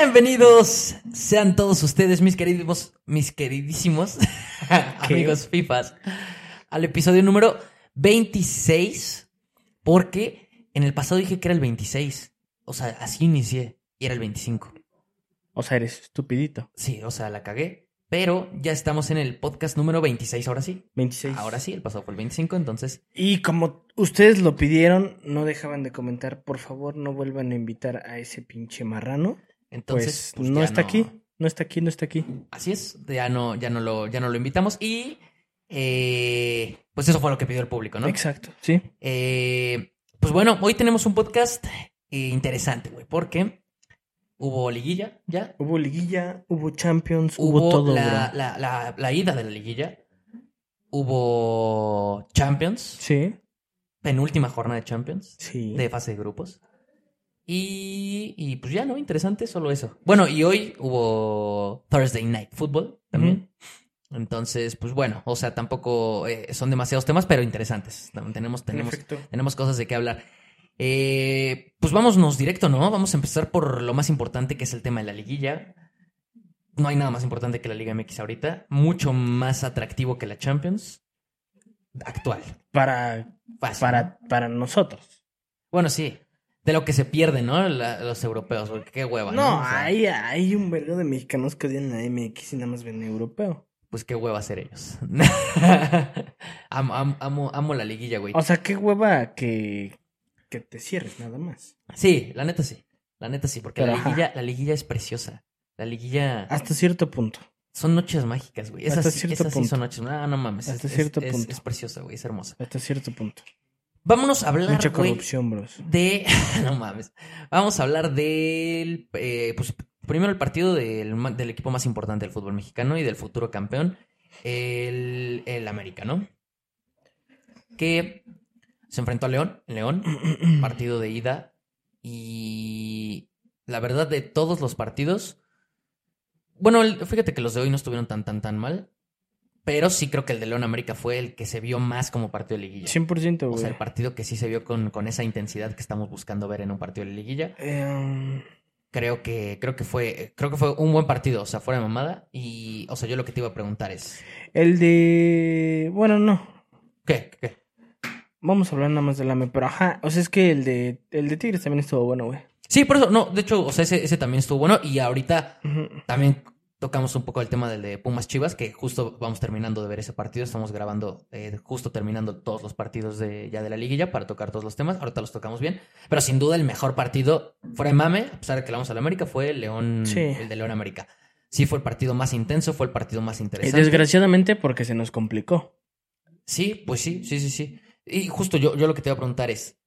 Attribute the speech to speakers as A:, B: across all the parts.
A: Bienvenidos sean todos ustedes, mis queridos, mis queridísimos amigos FIFAs, al episodio número 26, porque en el pasado dije que era el 26, o sea, así inicié y era el 25.
B: O sea, eres estupidito.
A: Sí, o sea, la cagué, pero ya estamos en el podcast número 26, ahora sí.
B: 26.
A: Ahora sí, el pasado fue el 25, entonces
B: Y como ustedes lo pidieron, no dejaban de comentar, por favor, no vuelvan a invitar a ese pinche marrano.
A: entonces
B: pues,
A: pues,
B: no
A: ya
B: está aquí, no está aquí, no está aquí.
A: Así es, ya no, ya no lo, ya no lo invitamos y eh, pues eso fue lo que pidió el público, ¿no?
B: Exacto, sí.
A: Eh, pues bueno, hoy tenemos un podcast eh, interesante, güey, porque hubo liguilla ya,
B: Hubo liguilla, hubo champions, hubo,
A: hubo,
B: todo,
A: la,
B: bro.
A: la- la- la ida de la liguilla, hubo Champions,
B: Sí,
A: penúltima jornada de Champions,
B: sí.
A: de fase de grupos. Y, y pues ya, ¿no? Interesante, solo eso. Bueno, y hoy hubo Thursday Night Football también. Entonces, pues bueno, o sea, tampoco eh, son demasiados temas, pero interesantes. Tam- Tenemos,
B: En
A: tenemos,
B: efecto.
A: tenemos cosas de qué hablar. Eh, pues vámonos directo, ¿no? Vamos a empezar por lo más importante que es el tema de la liguilla. No hay nada más importante que la Liga MX ahorita. Mucho más atractivo que la Champions. Actual.
B: Para,
A: Fácil, ¿no?
B: para, para nosotros.
A: Bueno, sí. De lo que se pierde, ¿no? La- los europeos, porque qué hueva, ¿no?
B: No,
A: O sea,
B: hay, hay un vergo de mexicanos que odian a MX y nada más ven europeo.
A: Pues qué hueva ser ellos. amo, am- amo- amo la liguilla, güey.
B: O sea, qué hueva que, que te cierres, nada más.
A: Sí, la neta sí. La neta sí, porque la
B: Pero, ajá.
A: liguilla, la liguilla es preciosa. La liguilla
B: Hasta cierto punto.
A: son noches mágicas, güey. Esas,
B: hasta
A: sí-
B: cierto
A: esas sí
B: punto.
A: son noches. Ah, No, no mames.
B: Hasta
A: es,
B: cierto
A: es-
B: punto.
A: es preciosa, güey. Es hermosa.
B: Hasta cierto punto.
A: Vámonos a hablar,
B: Mucha
A: güey,
B: corrupción, bros.
A: de... no mames. Vamos a hablar del... eh, pues primero el partido del, ma- del equipo más importante del fútbol mexicano y del futuro campeón, el, el América, ¿no? Que se enfrentó a León, en León, partido de ida. Y la verdad de todos los partidos... Bueno, el- fíjate que los de hoy no estuvieron tan, tan, tan mal. Pero sí creo que el de León América fue el que se vio más como partido de liguilla.
B: 100%,
A: O sea,
B: güey.
A: el partido que sí se vio con, con esa intensidad que estamos buscando ver en un partido de liguilla.
B: Eh, um,
A: Creo que, creo que fue, creo que fue un buen partido, o sea, fuera de mamada. Y, o sea, yo lo que te iba a preguntar es.
B: el de... Bueno, no.
A: ¿Qué? ¿Qué? ¿Qué?
B: Vamos a hablar nada más del AME, pero ajá. O sea, es que el de, el de Tigres también estuvo bueno, güey.
A: Sí, por eso, no, de hecho, o sea, ese, ese también estuvo bueno. Y ahorita
B: Ujú.
A: también tocamos un poco el tema del de Pumas Chivas, que justo vamos terminando de ver ese partido. Estamos grabando, eh, justo terminando todos los partidos de, ya de la liguilla para tocar todos los temas. Ahorita los tocamos bien. Pero sin duda el mejor partido, fuera de mame, a pesar de que le vamos a la América, fue el León,
B: Sí.
A: el de León América. Sí, fue el partido más intenso, fue el partido más
B: Eh,
A: interesante.
B: desgraciadamente porque se nos complicó.
A: Sí, pues sí, sí, sí, sí. Y justo yo, yo lo que te voy a preguntar es,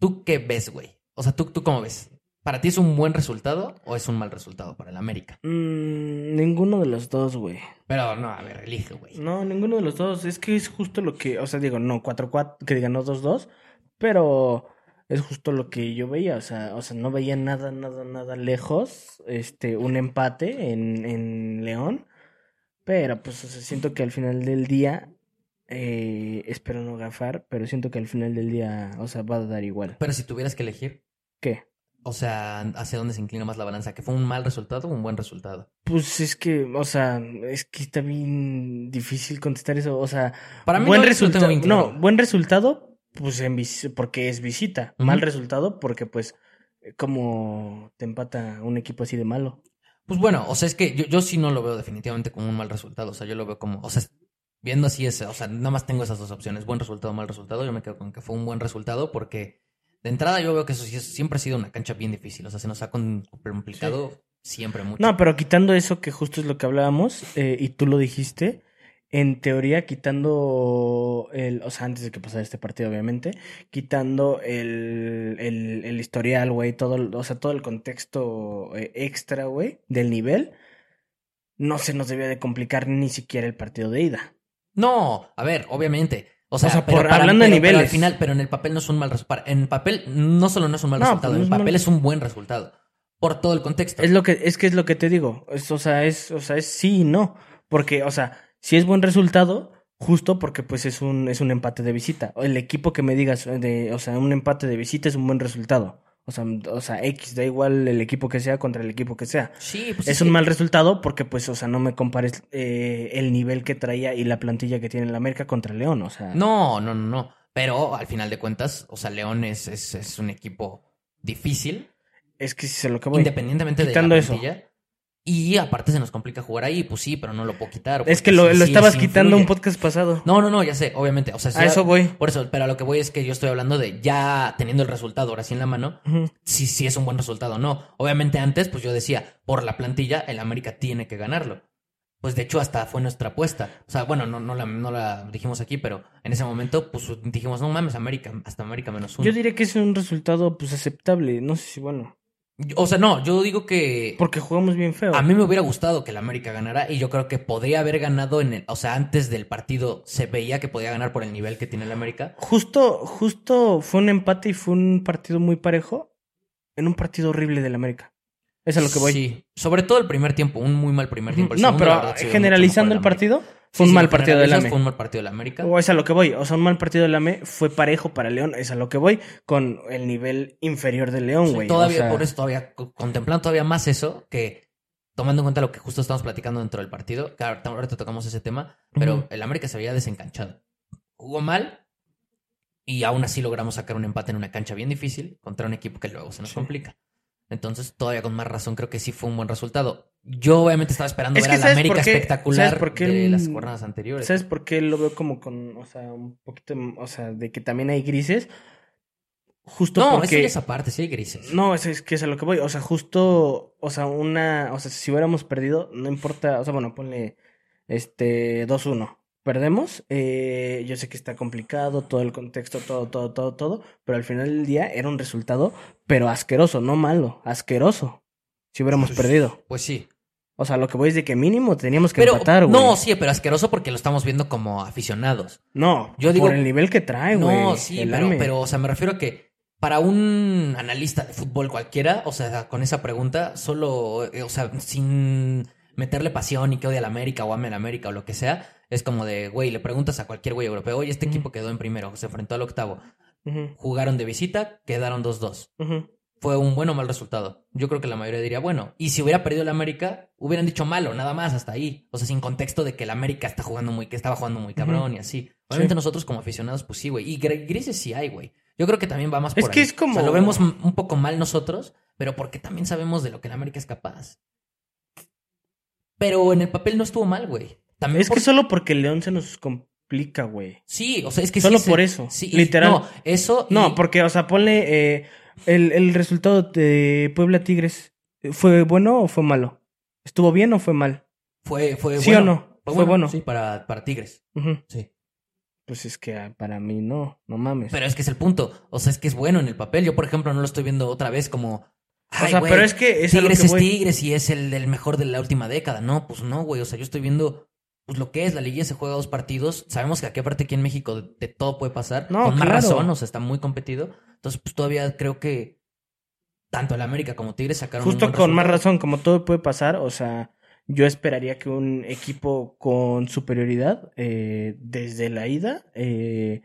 A: ¿tú qué ves, güey? O sea, ¿tú, ¿tú cómo ves? ¿Para ti es un buen resultado o es un mal resultado para el América?
B: Mm, ninguno de los dos, güey.
A: Pero no, a ver, elige, güey.
B: No, ninguno de los dos. Es que es justo lo que... O sea, digo, no, 4-4, que digan no 2-2, pero... Es justo lo que yo veía, o sea, o sea, no veía nada, nada, nada lejos, este, un empate en, en León, pero pues, o sea, siento que al final del día, eh, espero no gafar, pero siento que al final del día, o sea, va a dar igual.
A: Pero si tuvieras que elegir,
B: ¿Qué?
A: o sea, ¿hacia dónde se inclina más la balanza? ¿Que fue un mal resultado o un buen resultado?
B: Pues es que, o sea, es que está bien difícil contestar eso, o sea,
A: Para mí
B: buen
A: no, yo lo tengo
B: resultado,
A: bien claro.
B: no, buen resultado, pues en vis- porque es visita,
A: Ujú.
B: mal resultado porque pues como te empata un equipo así de malo.
A: Pues bueno, o sea, es que yo, yo sí no lo veo definitivamente como un mal resultado. O sea, yo lo veo como, o sea, viendo así es, o sea, nada más tengo esas dos opciones, buen resultado, mal resultado. Yo me quedo con que fue un buen resultado porque de entrada yo veo que eso sí es- siempre ha sido una cancha bien difícil. O sea, se nos ha con- complicado siempre mucho.
B: No, pero quitando eso, que justo es lo que hablábamos, eh, y tú lo dijiste, en teoría, quitando el, o sea, antes de que pasara este partido, obviamente, quitando el, el, el historial, güey, todo, el- o sea, todo el contexto eh, extra, güey, del nivel, no se nos debía de complicar ni siquiera el partido de ida.
A: No, a ver, obviamente. O sea,
B: O sea,
A: pero
B: por-
A: para-
B: hablando de
A: pero- pero al
B: niveles.
A: final, pero en el papel no es un mal resultado. En papel no solo no es un mal
B: No,
A: resultado,
B: pues no
A: en
B: es mal-
A: papel es un buen resultado. Por todo el contexto.
B: Es lo que, es que es lo que te digo. Es, o sea, es, o sea, es sí y no. Porque, o sea, si es buen resultado, justo porque pues es un, es un empate de visita. O El equipo que me digas, eh, de, o sea, un empate de visita es un buen resultado. O sea, o sea, X, da igual el equipo que sea contra el equipo que sea.
A: Sí, pues
B: Es
A: que-
B: un mal resultado porque, pues, o sea, no me compares eh, el nivel que traía y la plantilla que tiene el América contra León, o sea.
A: No, no, no, no. Pero al final de cuentas, o sea, León es, es, es un equipo difícil,
B: Es que si se lo que voy.
A: independientemente de la
B: Ah, quitando eso.
A: plantilla. Y aparte se nos complica jugar ahí, pues sí, pero no lo puedo quitar.
B: Es que
A: porque
B: lo,
A: sí,
B: lo
A: sí,
B: estabas
A: sí
B: quitando un
A: influye.
B: podcast pasado.
A: No, no, no, ya sé, obviamente. O sea, sí,
B: a eso voy.
A: por eso, pero a lo que voy es que yo estoy hablando de ya teniendo el resultado ahora sí en la mano,
B: Ujú.
A: si sí es un buen resultado o no. Obviamente antes, pues yo decía, por la plantilla, el América tiene que ganarlo. Pues de hecho hasta fue nuestra apuesta. O sea, bueno, no, no, la, no la dijimos aquí, pero en ese momento, pues dijimos, no mames, América, hasta América menos uno.
B: Yo diría que es un resultado, pues, aceptable. No sé si bueno.
A: o sea, no, yo digo que
B: Porque jugamos bien feo.
A: a mí me hubiera gustado que el América ganara y yo creo que podía haber ganado en el, o sea, antes del partido se veía que podía ganar por el nivel que tiene el América.
B: Justo, justo fue un empate y fue un partido muy parejo. En un partido horrible del América. Es a lo que voy.
A: Sí, sobre todo el primer tiempo, un muy mal primer tiempo. El
B: no,
A: segundo, la
B: pero
A: verdad, sí,
B: generalizando
A: mucho
B: el
A: mejor América.
B: partido,
A: Sí,
B: fue un
A: sí,
B: mal
A: lo
B: partido del
A: generalizas,
B: América.
A: Fue un mal partido del América.
B: O es a lo que voy, o sea, un mal partido del AME fue parejo para León, es a lo que voy, con el nivel inferior de León,
A: Sí,
B: güey.
A: todavía,
B: o sea,
A: por eso, todavía, co- contemplando todavía más eso que tomando en cuenta lo que justo estamos platicando dentro del partido, que ahorita ahorita tocamos ese tema, pero
B: Ujú.
A: el América se había desencanchado. Jugó mal y aún así logramos sacar un empate en una cancha bien difícil contra un equipo que luego se nos
B: Sí.
A: complica. Entonces, todavía con más razón, creo que sí fue un buen resultado. Yo obviamente estaba esperando
B: Es
A: ver
B: que
A: al
B: ¿sabes
A: América
B: por qué?
A: espectacular
B: ¿Sabes por qué
A: de
B: el-
A: las jornadas anteriores.
B: ¿Sabes por qué lo veo como con, o sea, un poquito, o sea, de que también hay grises? Justo
A: No, eso
B: porque...
A: ya es aparte, sí hay grises.
B: No, es, es que es a lo que voy, o sea, justo, o sea, una, o sea, si hubiéramos perdido, no importa, o sea, bueno, ponle, este, 2-1. Perdemos, eh, yo sé que está complicado, todo el contexto, todo, todo, todo, todo, pero al final del día era un resultado, pero asqueroso, no malo, asqueroso. Si hubiéramos
A: Pues-
B: perdido.
A: Pues sí.
B: O sea, lo que voy es de que mínimo teníamos que
A: Pero,
B: empatar, güey.
A: no, sí, pero asqueroso porque lo estamos viendo como aficionados.
B: No,
A: Yo digo-
B: por el nivel que trae, güey.
A: no, sí,
B: el
A: pero,
B: AME.
A: pero, o sea, me refiero a que para un analista de fútbol cualquiera, o sea, con esa pregunta, solo, eh, o sea, sin meterle pasión y que odie al América o ame al América o lo que sea, es como de, güey, le preguntas a cualquier güey europeo, oye, este
B: Ujú.
A: equipo quedó en primero, se enfrentó al octavo,
B: Ujú,
A: jugaron de visita, quedaron 2-2.
B: ujú.
A: Fue un buen o mal resultado. Yo creo que la mayoría diría bueno. Y si hubiera perdido el América, hubieran dicho malo, nada más, hasta ahí. O sea, sin contexto de que el América está jugando muy, que estaba jugando muy cabrón y así. Obviamente
B: Sí.
A: nosotros como aficionados, pues sí, güey. Y gr- grises sí hay, güey. Yo creo que también va más
B: Es
A: por
B: que
A: ahí.
B: es
A: O
B: como-
A: sea, lo vemos m- un poco mal nosotros, pero porque también sabemos de lo que el América es capaz. Pero en el papel no estuvo mal, güey. También
B: Es que
A: por-
B: solo porque León se nos complica, güey.
A: Sí, o sea, es que
B: solo
A: sí se-
B: por eso,
A: sí,
B: literal.
A: No, eso... y-
B: No, porque, o sea, ponle eh, el, el resultado de Puebla Tigres. eh, ¿Fue bueno o fue malo? ¿Estuvo bien o fue mal?
A: Fue, fue
B: ¿Sí
A: bueno.
B: o no? Fue, bueno.
A: Sí, para, para Tigres.
B: Ujú.
A: Sí.
B: Pues es que ah, para mí no, no mames.
A: Pero es que es el punto. O sea, es que es bueno en el papel. Yo, por ejemplo, no lo estoy viendo otra vez como.
B: o sea, pero es que es a lo
A: Tigres
B: que
A: es
B: voy.
A: Tigres y es el, el mejor de la última década. No, pues no, güey. O sea, yo estoy viendo pues lo que es. La liguilla se juega dos partidos. Sabemos que aquí, aparte, aquí en México, de, de todo puede pasar.
B: No,
A: Con más
B: claro.
A: razón, o sea, está muy competido. Entonces, pues todavía creo que tanto el América como Tigres sacaron. un
B: Justo
A: buen
B: con más
A: resultado.
B: razón, como todo puede pasar, o sea, yo esperaría que un equipo con superioridad eh, desde la ida eh,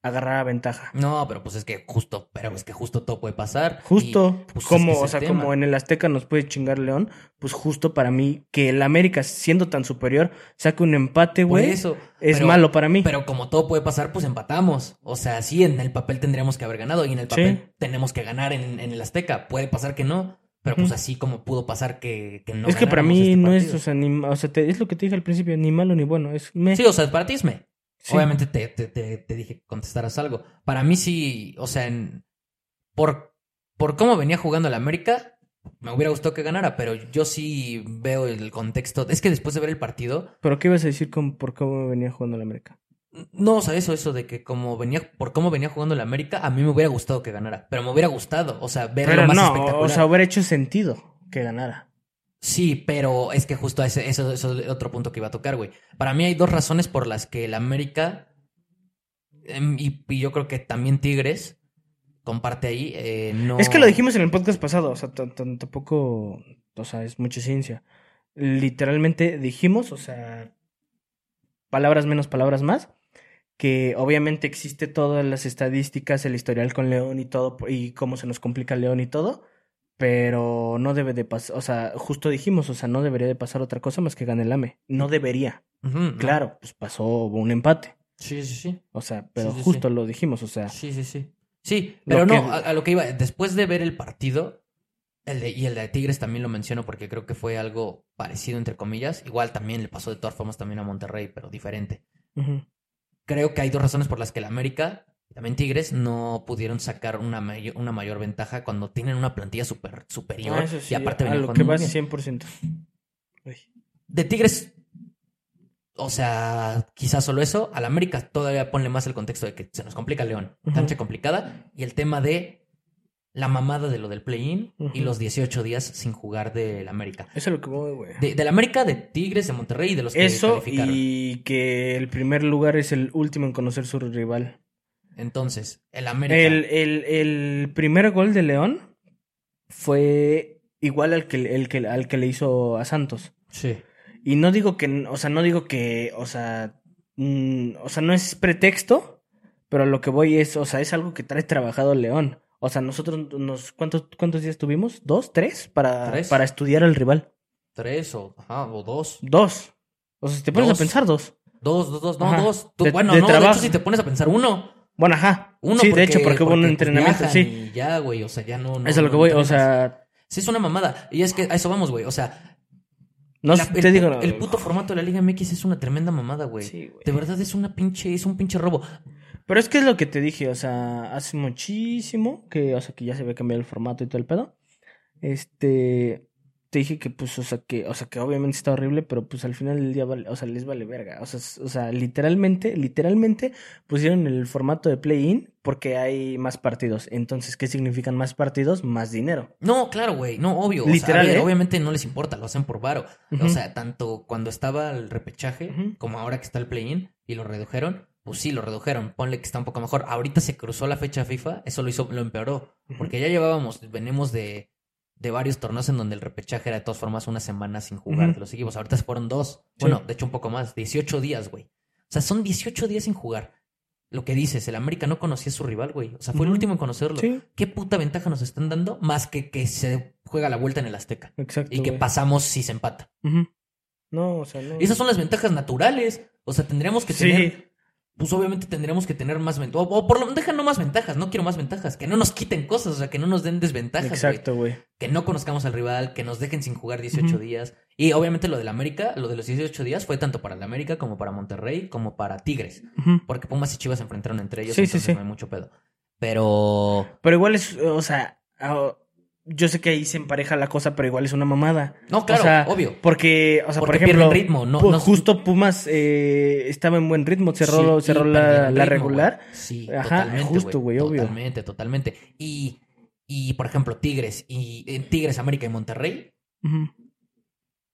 B: agarrara ventaja.
A: No, pero pues es que justo, pero es que justo todo puede pasar.
B: Justo
A: Y, pues, es
B: como,
A: que es
B: o
A: el
B: sea,
A: tema.
B: como en el Azteca nos puede chingar León, pues justo para mí que el América siendo tan superior saque un empate,
A: Y por
B: güey, es
A: eso. pero-
B: malo para mí.
A: Pero como todo puede pasar, pues empatamos. O sea, sí, en el papel tendríamos que haber ganado y en el papel
B: Sí.
A: tenemos que ganar en, en el Azteca. Puede pasar que no, pero pues
B: Ujú.
A: así como pudo pasar que, que no.
B: es que para
A: ganáramos
B: mí
A: este
B: no es,
A: partido.
B: o sea, ni- o sea, te- es lo que te dije al principio, ni malo ni bueno, es me.
A: Sí, o sea, para ti es me.
B: Sí.
A: Obviamente te, te, te, te dije que contestaras algo. Para mí sí, o sea, en- por, por cómo venía jugando el América, me hubiera gustado que ganara, pero yo sí veo el contexto. Es que después de ver el partido,
B: Pero ¿qué ibas a decir con por cómo venía jugando el América?
A: No, o sea, eso, eso de que como venía, por cómo venía jugando el América, a mí me hubiera gustado que ganara. Pero me hubiera gustado, o sea, verlo
B: Pero
A: más
B: no,
A: espectacular.
B: o sea, hubiera hecho sentido que ganara.
A: Sí, pero es que justo ese, eso, eso es otro punto que iba a tocar, güey. Para mí hay dos razones por las que el América, em, y, y yo creo que también Tigres, comparte ahí, eh, no...
B: Es que lo dijimos en el podcast pasado, o sea, tan- tan- tampoco, o sea, es mucha ciencia. Literalmente dijimos, o sea, palabras menos, palabras más, que obviamente existe todas las estadísticas, el historial con León y todo, y cómo se nos complica León y todo, pero no debe de pasar, o sea, justo dijimos, o sea, no debería de pasar otra cosa más que gane el AME, no debería.
A: Ujú, ¿no?
B: Claro, pues pasó un empate,
A: Sí, sí, sí.
B: o sea, pero
A: Sí, sí,
B: justo
A: sí.
B: lo dijimos, o sea,
A: Sí, sí, sí. Sí,
B: Lo
A: pero no,
B: que-
A: a, a lo que iba, después de ver el partido, el de, y el de Tigres también lo menciono porque creo que fue algo parecido, entre comillas. Igual también le pasó de todas formas también a Monterrey, pero diferente.
B: ujú,
A: Creo que hay dos razones por las que el América y también Tigres no pudieron sacar una, mayo- una mayor ventaja cuando tienen una plantilla super, superior.
B: Ah, eso
A: y
B: sí,
A: aparte
B: a
A: venían
B: lo que
A: jugando muy
B: va
A: bien.
B: 100%. Ay.
A: De Tigres, o sea, quizás solo eso. Al América todavía ponle más el contexto de que se nos complica León.
B: Ujú.
A: Cancha complicada. Y el tema de la mamada de lo del play-in y
B: Ujú.
A: los 18 días sin jugar del América.
B: Eso es lo que voy, güey.
A: De, del América, de Tigres, de Monterrey y de los que
B: Eso
A: calificaron.
B: y que el primer lugar es el último en conocer su rival.
A: Entonces, el América.
B: El, el, el primer gol de León fue igual al que, el que, al que le hizo a Santos.
A: Sí.
B: Y no digo que, o sea, no digo que, o sea, mm, o sea, no es pretexto, pero lo que voy es, o sea, es algo que trae trabajado León. O sea, nosotros nos, ¿cuántos, cuántos días tuvimos? ¿Dos? ¿Tres? Para,
A: Tres.
B: para estudiar al rival.
A: Tres o, ajá, o dos.
B: Dos. O sea, si te pones
A: Dos.
B: a pensar dos.
A: Dos, dos, dos. No,
B: Ajá.
A: dos. Tú-
B: De-
A: bueno,
B: de
A: no, de
B: trabajo.
A: hecho, si te pones a pensar uno.
B: Bueno, ajá.
A: Uno
B: sí,
A: porque,
B: de hecho, porque, hubo un
A: pues,
B: entrenamiento,
A: viajan
B: sí.
A: y ya, güey, o sea, ya no... no
B: Eso es lo que
A: no
B: voy, o
A: entrenas.
B: sea,
A: Sí, es una mamada. Y es que a eso vamos, güey. O sea,
B: no
A: la-
B: sé,
A: el,
B: te digo...
A: el puto formato de la Liga MX es una tremenda mamada, güey.
B: Sí, güey.
A: De verdad es una pinche, es un pinche robo.
B: Pero es que es lo que te dije, o sea, hace muchísimo que, o sea, que ya se había cambiado el formato y todo el pedo. Este, te dije que, pues, o sea, que, o sea, que obviamente está horrible, pero pues al final del día, vale- o sea, les vale verga. O sea, s- o sea, literalmente, literalmente pusieron el formato de play-in porque hay más partidos. Entonces, ¿qué significan más partidos? Más dinero.
A: No, claro, güey, no, obvio.
B: Literal,
A: o sea, a ver,
B: ¿eh?
A: Obviamente no les importa, lo hacen por varo. O
B: Ujú.
A: sea, tanto cuando estaba el repechaje
B: Ujú.
A: como ahora que está el play-in y lo redujeron, pues sí, lo redujeron. Ponle que está un poco mejor. Ahorita se cruzó la fecha FIFA, eso lo hizo, lo empeoró.
B: Ujú.
A: Porque ya llevábamos, venimos de, de varios torneos en donde el repechaje era de todas formas una semana sin jugar
B: Ujú.
A: de los equipos. Ahorita fueron dos.
B: Sí.
A: Bueno, de hecho un poco más, 18 días, güey. O sea, son 18 días sin jugar. Lo que dices, el América no conocía a su rival, güey. O sea, fue el
B: Ujú.
A: último en conocerlo.
B: Sí,
A: ¿Qué puta ventaja nos están dando más que que se juega la vuelta en el Azteca?
B: exacto.
A: Y que
B: güey.
A: pasamos si se empata.
B: Ujú. No, o sea, no.
A: Y Esas son las ventajas naturales. O sea, tendríamos que
B: Sí.
A: tener... Pues obviamente tendríamos que tener más ventajas. O, o por lo deja no más ventajas, no quiero más ventajas. Que no nos quiten cosas, o sea, que no nos den desventajas. güey.
B: Exacto, güey.
A: Que no conozcamos al rival, que nos dejen sin jugar 18
B: Ujú.
A: días. Y obviamente lo del América, lo de los 18 días fue tanto para el América como para Monterrey, como para Tigres.
B: Ujú.
A: Porque Pumas y Chivas se enfrentaron entre ellos,
B: Sí, sí,
A: entonces
B: sí.
A: no hay mucho pedo. Pero...
B: Pero igual es, o sea, ah, yo sé que ahí se empareja la cosa, pero igual es una mamada.
A: No, claro,
B: o sea,
A: obvio.
B: Porque, o sea,
A: Porque
B: por ejemplo,
A: pierden ritmo, no-
B: pu-
A: no-
B: justo Pumas eh, estaba en buen ritmo, cerró,
A: Sí,
B: cerró
A: y
B: la,
A: perdieron
B: la
A: ritmo,
B: regular.
A: güey. Sí,
B: Ajá,
A: totalmente,
B: justo, güey, obvio.
A: Totalmente, totalmente. Y, y, por ejemplo, Tigres y eh, Tigres, América y Monterrey,
B: Ujú,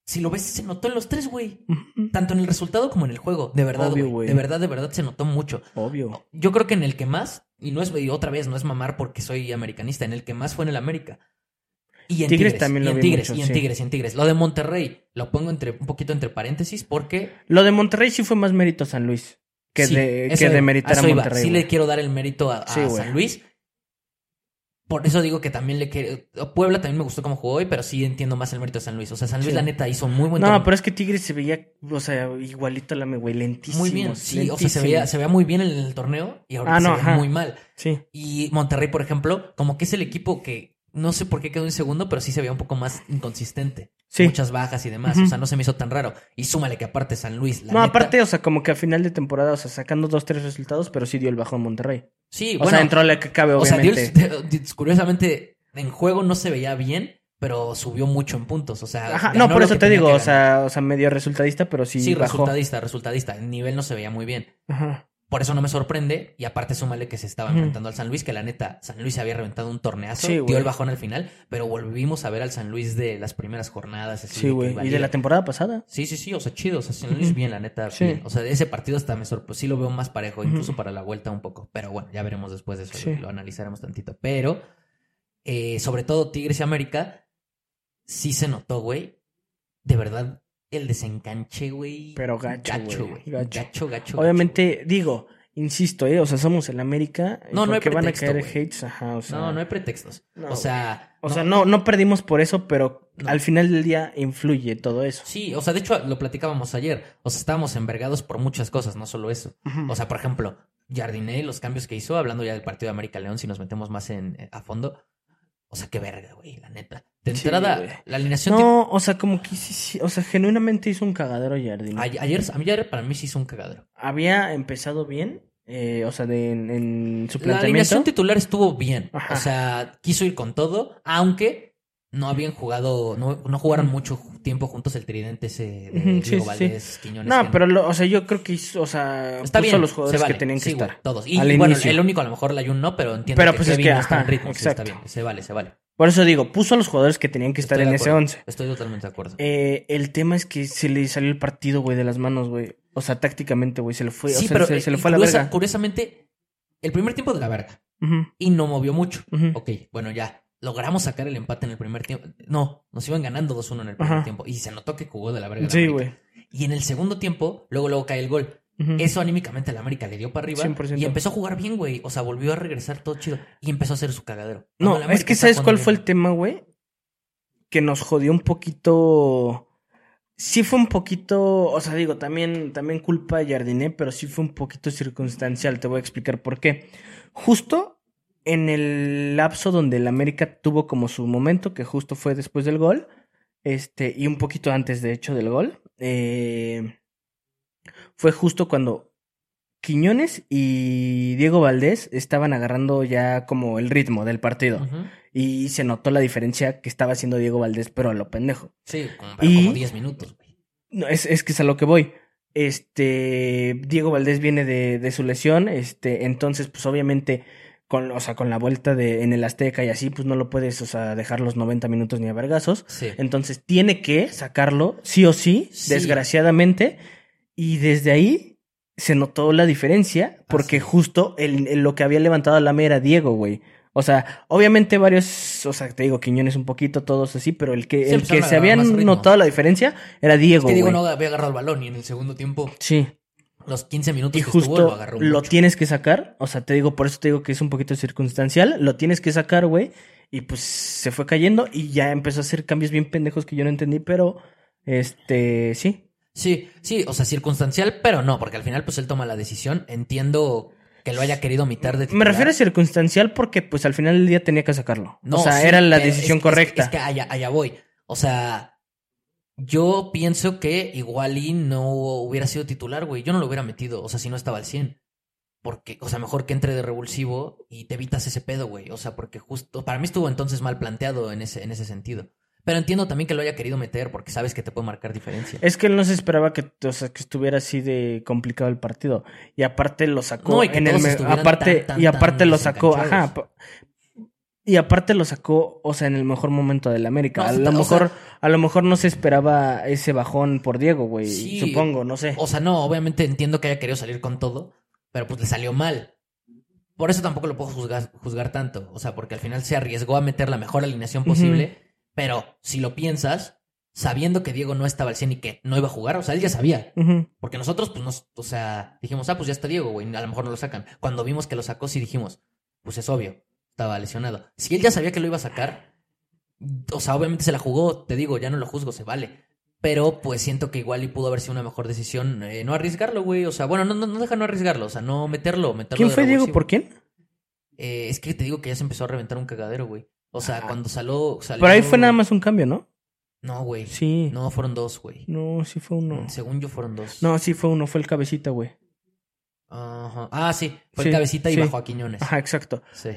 A: si lo ves, se notó en los tres, güey.
B: ujú.
A: Tanto en el resultado como en el juego. De verdad,
B: Obvio,
A: güey.
B: güey.
A: De verdad, de verdad se notó mucho.
B: Obvio.
A: Yo creo que en el que más, y no es, y otra vez, no es mamar porque soy americanista, en el que más fue en el América. Y en Tigres,
B: Tigres también
A: y
B: lo
A: en
B: vi
A: Tigres,
B: mucho,
A: y en
B: sí.
A: Tigres, y en Tigres. Lo de Monterrey, lo pongo entre un poquito entre paréntesis porque
B: Lo de Monterrey sí fue más mérito San Luis que
A: Sí,
B: de
A: eso
B: que
A: iba,
B: de meritar a
A: eso iba.
B: Monterrey.
A: Sí
B: güey.
A: le quiero dar el mérito a, a
B: Sí, güey.
A: San Luis. Por eso digo que también le quiero... a Puebla también me gustó cómo jugó hoy, pero sí entiendo más el mérito de San Luis. O sea, San Luis
B: Sí.
A: la neta hizo muy buen
B: No,
A: torneo.
B: pero es que Tigres se veía, o sea, igualito a la me, güey, lentísimo.
A: Muy bien, sí. O sea, se veía, se veía muy bien en el torneo y ahorita
B: Ah, no,
A: se ve
B: ajá.
A: muy mal.
B: Sí.
A: Y Monterrey, por ejemplo, como que es el equipo que... No sé por qué quedó en segundo, pero sí se veía un poco más inconsistente.
B: Sí.
A: Muchas bajas y demás.
B: Ujú.
A: O sea, no se me hizo tan raro. Y súmale que aparte San Luis... La
B: no,
A: neta-
B: aparte, o sea, como que a final de temporada, o sea, sacando dos, tres resultados, pero sí dio el bajón Monterrey.
A: Sí,
B: O
A: bueno,
B: sea, entró la que cabe,
A: O sea,
B: obviamente.
A: Dios- curiosamente, en juego no se veía bien, pero subió mucho en puntos. O sea,
B: Ajá,
A: ganó
B: no, por
A: lo
B: eso
A: que
B: te
A: tenía
B: digo,
A: que
B: o
A: ganar.
B: sea, o sea, medio resultadista, pero sí,
A: Sí,
B: bajó.
A: resultadista, resultadista. El nivel no se veía muy bien.
B: Ajá.
A: Por eso no me sorprende. Y aparte, súmale que se estaba
B: Ujú.
A: enfrentando al San Luis, que la neta, San Luis se había reventado un torneazo,
B: Sí,
A: dio
B: güey.
A: el bajón al final, pero volvimos a ver al San Luis de las primeras jornadas. así de
B: Sí,
A: que
B: güey. Y
A: valía.
B: de la temporada pasada.
A: Sí, sí, sí, o sea, chido, o sea, San Luis
B: Ujú.
A: bien, la neta,
B: Sí.
A: bien. O sea, de ese partido hasta me sorprendió, sí lo veo más parejo,
B: Ujú.
A: incluso para la vuelta un poco, pero bueno, ya veremos después de eso,
B: Sí.
A: lo, lo analizaremos tantito, pero eh, sobre todo Tigres y América, sí se notó, güey, de verdad, el desenganche, güey.
B: Pero gacho,
A: gacho,
B: güey,
A: güey. Gacho,
B: gacho.
A: gacho, gacho.
B: Obviamente, digo, Insisto, eh, o sea, somos el América. ¿y
A: No,
B: por
A: no hay
B: qué van a
A: pretexto,
B: caer
A: güey.
B: hates? Ajá, o sea,
A: No, no hay pretextos.
B: No,
A: o sea,
B: o sea, no, no perdimos por eso, pero
A: No.
B: al final del día influye todo eso.
A: sí, o sea, de hecho lo platicábamos ayer. O sea, estábamos envergados por muchas cosas, no solo eso. O sea, por ejemplo, Jardiné, los cambios que hizo, hablando ya del partido de América León, si nos metemos más en, eh, a fondo. O sea, qué verga, güey, la neta. De
B: Sí,
A: entrada,
B: güey.
A: la alineación. ti-
B: no, o sea, como que sí, sí, o sea, genuinamente hizo un cagadero Jardín.
A: Ay- Ayer, a mí ayer para mí sí hizo un cagadero.
B: Había empezado bien, eh, o sea, de- en, en su
A: La alineación
B: planteamiento.
A: titular estuvo bien.
B: Ajá.
A: O sea, quiso ir con todo, aunque no habían jugado, no, no jugaron mucho ju- tiempo juntos el tridente ese de
B: Ujú, sí,
A: Diego
B: sí,
A: Valdés, Quiñones.
B: No,
A: que-
B: pero, lo- o sea, yo creo que hizo, o sea,
A: Está
B: puso
A: bien,
B: a los
A: se
B: jugadores
A: vale.
B: que tenían que
A: Sí, güey,
B: estar.
A: todos. Y,
B: al
A: y bueno,
B: inicio.
A: el único a lo mejor la Jun no, pero entiendo
B: Pero,
A: que
B: pues, es
A: Kevin
B: que,
A: no está en
B: ajá,
A: ritmo. sí, está
B: exacto.
A: bien, se vale, se vale.
B: Por eso digo, puso a los jugadores que tenían que estar
A: Estoy
B: en
A: de
B: ese
A: acuerdo.
B: once.
A: Estoy totalmente de acuerdo.
B: Eh, el tema es que se le salió el partido, güey, de las manos, güey. O sea, tácticamente, güey, se le fue, Pues, o
A: sí,
B: sea,
A: pero
B: se, se le
A: eh,
B: fue a la
A: curiosa-
B: verga.
A: curiosamente, el primer tiempo de la verga.
B: Ujú,
A: Y no movió mucho.
B: ujú.
A: Ok, bueno, ya. Logramos sacar el empate en el primer tiempo. No, nos iban ganando 2-1 en el primer
B: Ajá.
A: tiempo. Y se notó que jugó de la verga. el
B: Sí,
A: América.
B: güey.
A: Y en el segundo tiempo, luego, luego cae el gol.
B: Ujú.
A: Eso anímicamente al América le dio para arriba.
B: 100%.
A: Y empezó a jugar bien, güey. O sea, volvió a regresar todo chido. Y empezó a hacer su cagadero.
B: No,
A: Cuando el
B: es
A: América
B: que
A: está
B: ¿sabes cuál
A: jugando
B: fue el
A: bien.
B: tema, güey? Que nos jodió un poquito... Sí fue un poquito, o sea, digo, también, también culpa de Jardiné, pero sí fue un poquito circunstancial, te voy a explicar por qué. Justo en el lapso donde el América tuvo como su momento, que justo fue después del gol, este, y un poquito antes, de hecho, del gol, eh, fue justo cuando Quiñones y Diego Valdés estaban agarrando ya como el ritmo del partido.
A: Ujú.
B: Y se notó la diferencia que estaba haciendo Diego Valdés, pero a lo pendejo.
A: Sí, como, pero como
B: Y-
A: 10 minutos, güey.
B: No, es, es que es a lo que voy. Este, Diego Valdés viene de, de su lesión, este, entonces, pues obviamente, con, o sea, con la vuelta de, en el Azteca y así, pues no lo puedes, o sea, dejar los 90 minutos ni a vergazos.
A: Sí.
B: Entonces tiene que sacarlo, sí o sí,
A: Sí.
B: desgraciadamente. Y desde ahí se notó la diferencia,
A: Así
B: porque
A: es.
B: justo el, el- lo que había levantado a la mera Diego, güey. O sea, obviamente varios, o sea, te digo, Quiñones un poquito, todos así, pero el que,
A: Sí,
B: el
A: empezaron
B: que
A: a
B: se
A: agarrar más
B: habían
A: ritmo.
B: notado la diferencia era Diego,
A: Es que
B: güey.
A: digo, no había agarrado el balón. Y en el segundo tiempo,
B: Sí,
A: los 15 minutos
B: y
A: que estuvo, lo
B: justo
A: agarró.
B: lo,
A: mucho.
B: tienes que sacar, o sea, te digo, por eso te digo que es un poquito circunstancial, lo tienes que sacar, güey, y pues se fue cayendo y ya empezó a hacer cambios bien pendejos que yo no entendí, pero, este, sí,
A: Sí, sí, o sea, circunstancial, pero no, porque al final, pues él toma la decisión. Entiendo que lo haya querido omitar de
B: Me
A: titular.
B: refiero a circunstancial porque pues al final del día tenía que sacarlo.
A: No,
B: o sea,
A: sí,
B: era la
A: pero
B: decisión
A: es- es-
B: correcta.
A: Es, que allá, allá voy. O sea, yo pienso que igual y no hubiera sido titular, güey. Yo no lo hubiera metido, o sea, si no estaba al 100. Porque, o sea, mejor que entre de revulsivo y te evitas ese pedo, güey. O sea, porque justo, para mí estuvo entonces mal planteado en ese, en ese sentido. Pero entiendo también que lo haya querido meter porque sabes que te puede marcar diferencia.
B: Es que él no se esperaba que, o sea, que estuviera así de complicado el partido. Y aparte lo sacó
A: No, y que
B: en el
A: todos
B: me-
A: estuvieran
B: aparte
A: tan, tan,
B: y aparte
A: tan
B: lo sacó,
A: desenganchados.
B: ajá. pa- Y aparte lo sacó, o sea, en el mejor momento del América.
A: No,
B: a
A: sí,
B: lo
A: o
B: mejor
A: sea-
B: a lo mejor no se esperaba ese bajón por Diego, güey,
A: Sí.
B: supongo, no sé.
A: O sea, no, obviamente entiendo que haya querido salir con todo, pero pues le salió mal. Por eso tampoco lo puedo juzgar, juzgar tanto. O sea, porque al final se arriesgó a meter la mejor alineación posible. Pero si lo piensas, sabiendo que Diego no estaba al 100 y que no iba a jugar, o sea, él ya sabía.
B: Ujú.
A: Porque nosotros, pues, nos, o sea, dijimos, ah, pues ya está Diego, güey, a lo mejor no lo sacan. Cuando vimos que lo sacó, sí dijimos, pues es obvio, estaba lesionado. Si él ya sabía que lo iba a sacar, o sea, obviamente se la jugó, te digo, ya no lo juzgo, se vale. Pero pues siento que igual y pudo haber sido una mejor decisión eh, no arriesgarlo, güey. O sea, bueno, no, no, no deja no arriesgarlo, o sea, no meterlo, meterlo.
B: ¿Quién
A: de
B: fue Diego?
A: revulsivo.
B: ¿Por quién?
A: Eh, es que te digo que ya se empezó a reventar un cagadero, güey. O sea,
B: Ah.
A: cuando salió, salió.
B: Por ahí fue nada más un cambio, ¿no?
A: No, güey.
B: Sí. No,
A: No, fueron dos, güey.
B: sí fue uno.
A: Según yo, fueron dos.
B: No, sí fue uno, fue el cabecita, güey.
A: Ajá. Ah, sí. Fue el
B: Sí,
A: cabecita y
B: sí.
A: bajó a Quiñones.
B: Ajá, exacto.
A: Sí.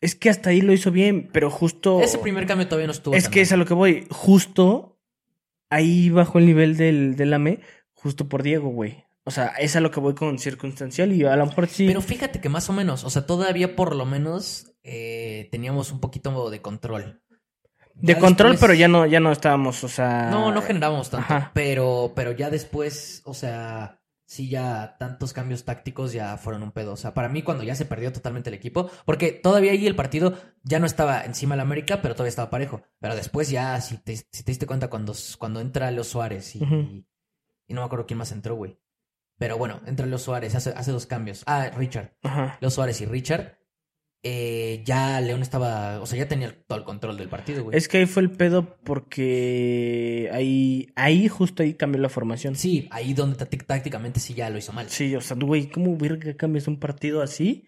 B: Es que hasta ahí lo hizo bien, pero justo.
A: Ese primer cambio todavía no estuvo.
B: Oh. es
A: tan
B: que es a
A: mal.
B: lo que voy. Justo ahí bajó el nivel del, del AME, justo por Diego, güey. O sea, es a lo que voy con circunstancial y a lo mejor sí.
A: Pero fíjate que más o menos, o sea, todavía por lo menos eh, teníamos un poquito de control.
B: de
A: ya
B: control,
A: después-
B: pero ya no, ya no estábamos, o sea.
A: No, no generamos tanto.
B: Ajá.
A: Pero, pero ya después, o sea, sí, ya tantos cambios tácticos ya fueron un pedo. O sea, para mí cuando ya se perdió totalmente el equipo, porque todavía ahí el partido ya no estaba encima del América, pero todavía estaba parejo. Pero después ya, si te, si te diste cuenta cuando, cuando entra Leo Suárez y,
B: Ujú.
A: y no me acuerdo quién más entró, güey. Pero bueno, entre los Suárez, hace, hace dos cambios. Ah, Richard.
B: Ajá.
A: Los Suárez y Richard. eh, ya León estaba, o sea, ya tenía el- todo el control del partido, güey.
B: Es que ahí fue el pedo porque ahí, ahí justo ahí cambió la formación.
A: Sí, ahí donde táct- tácticamente sí ya lo hizo mal.
B: Sí, o sea, güey, ¿cómo verga cambias un partido así?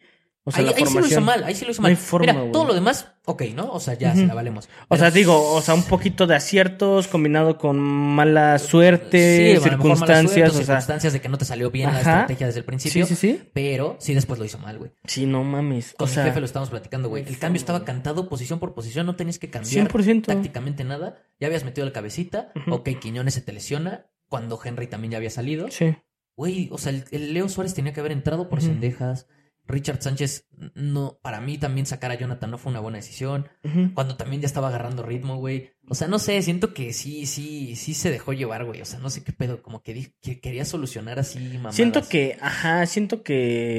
B: O sea,
A: ahí,
B: la
A: ahí sí lo
B: formación.
A: hizo mal, ahí sí lo hizo
B: No
A: mal.
B: hay forma,
A: Mira,
B: güey.
A: todo lo demás, ok, ¿no? O sea, ya se
B: Ujú.
A: la valemos.
B: O
A: Pero
B: sea, digo, o sea, un poquito de aciertos combinado con mala suerte,
A: Sí, a lo mejor mala suerte,
B: circunstancias, o sea.
A: circunstancias de que no te salió bien la
B: Ajá.
A: estrategia desde el
B: Sí,
A: principio.
B: sí, sí.
A: Pero sí, después lo hizo mal, güey.
B: Sí, no mames.
A: Con
B: o
A: mi
B: sea,
A: jefe lo estábamos platicando, güey. El cambio estaba cantado posición por posición, no tenías que cambiar
B: 100%.
A: tácticamente nada. Ya habías metido la cabecita.
B: Ujú.
A: Ok, Quiñones se te lesiona. Cuando Henry también ya había salido.
B: Sí.
A: Güey, o sea, el, el Leo Suárez tenía que haber entrado por
B: Ujú.
A: Sendejas. Richard Sánchez, no, para mí también sacar a Jonathan no fue una buena decisión.
B: Ujú.
A: Cuando también ya estaba agarrando ritmo, güey. O sea, no sé, siento que sí, sí, sí se dejó llevar, güey. O sea, no sé qué pedo, como que, di- que quería solucionar así, mamadas.
B: Siento que, ajá, siento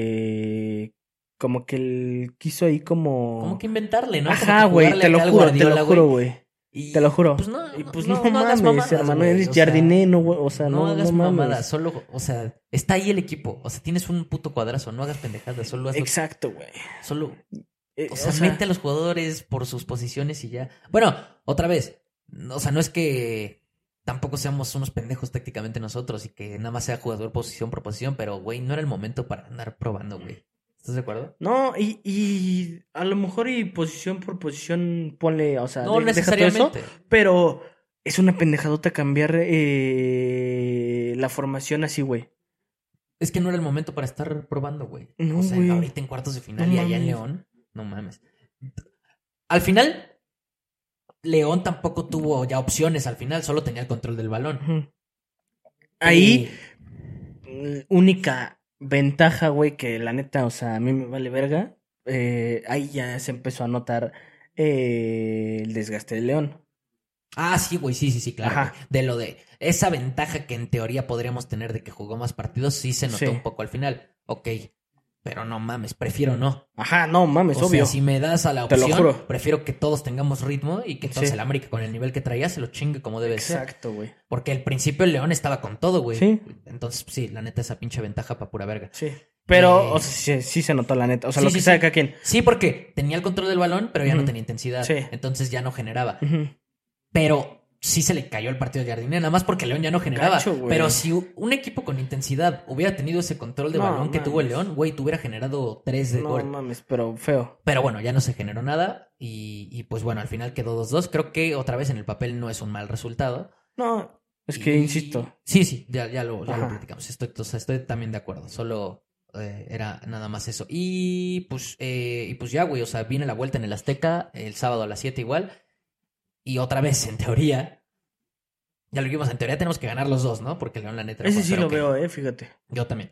B: que como que él quiso ahí como
A: Como que inventarle, ¿no? Como
B: Ajá,
A: que
B: güey,
A: jugarle
B: te lo
A: acá al
B: juro, te
A: Guardiola,
B: lo juro, güey.
A: Y-
B: Te lo juro.
A: Pues no,
B: y
A: no-
B: pues
A: no-
B: no,
A: no hagas
B: mames,
A: mamadas,
B: hermano,
A: güey,
B: eres
A: o sea,
B: jardiné, no, güey, o sea,
A: no,
B: no, no,
A: hagas
B: mames.
A: mamadas, solo, o sea, está ahí el equipo. O sea, tienes un puto cuadrazo, pues no hagas pendejadas, solo hazlo,
B: Exacto, güey.
A: solo
B: Eh,
A: O sea, mete a los jugadores por sus posiciones y ya. Bueno, otra vez. O sea, no es que tampoco seamos unos pendejos tácticamente nosotros y que nada más sea jugador posición por posición, pero güey, no era el momento para andar probando, güey. ¿Estás de acuerdo?
B: No, y, y a lo mejor y posición por posición ponle, o sea,
A: No
B: Ah, de- deja todo eso,
A: necesariamente.
B: pero es una pendejadota cambiar eh, la formación así, güey.
A: Es que no era el momento para estar probando, güey.
B: No,
A: o sea,
B: güey.
A: ahorita en cuartos de final
B: No
A: y allá en
B: mames.
A: León. No mames. Al final, León tampoco tuvo ya opciones al final, solo tenía el control del balón. Eh,
B: Ujú. Ahí
A: Y-
B: Mm, única ventaja, güey, que la neta, o sea, a mí me vale verga. eh, ahí ya se empezó a notar eh, el desgaste de León.
A: Ah, sí, güey, sí, sí, sí, claro.
B: Ajá.
A: güey. De lo de esa ventaja que en teoría podríamos tener de que jugó más partidos, sí se notó
B: Sí.
A: un poco al final. Ok, pero no mames, prefiero no.
B: Ajá, no mames,
A: o sea,
B: Pues obvio.
A: si me das a la
B: Te lo
A: opción,
B: juro.
A: prefiero que todos tengamos ritmo y que entonces
B: Sí.
A: el América con el nivel que traía se lo chingue como debe ser.
B: Exacto, güey.
A: Porque al principio el León estaba con todo, güey.
B: Sí.
A: Entonces, sí, la neta, esa pinche ventaja para pura verga.
B: Sí. Pero,
A: Eh,
B: o sea, sí, sí se notó la neta. O sea,
A: sí,
B: lo
A: sí,
B: que
A: sí.
B: saca quien.
A: Sí, porque tenía el control del balón, pero ya no
B: Ujú.
A: tenía intensidad.
B: Sí.
A: Entonces ya no generaba. pero sí se le cayó el partido de Jardine, nada más porque León ya no generaba.
B: Gacho, güey.
A: pero si u- un equipo con intensidad hubiera tenido ese control de
B: No,
A: balón que tuvo el
B: mames.
A: León, güey, te hubiera generado tres de
B: No
A: gol.
B: mames, pero feo.
A: Pero bueno, ya no se generó nada y, y pues bueno, al final quedó 2-2. Creo que otra vez en el papel no es un mal resultado.
B: No, es que
A: Y-
B: insisto.
A: Sí, sí, ya, ya lo, ya lo
B: Ajá.
A: platicamos. Estoy, o sea, estoy también de acuerdo. Solo eh, era nada más eso. Y pues, eh, y pues ya, güey. O sea, viene la vuelta en el Azteca el sábado a las 7 igual. Y otra vez, en teoría. Ya lo dijimos, en teoría tenemos que ganar los dos, ¿no? Porque León la neta. no
B: Ese
A: fue,
B: sí
A: pero
B: lo
A: ok.
B: veo, eh, fíjate.
A: Yo también.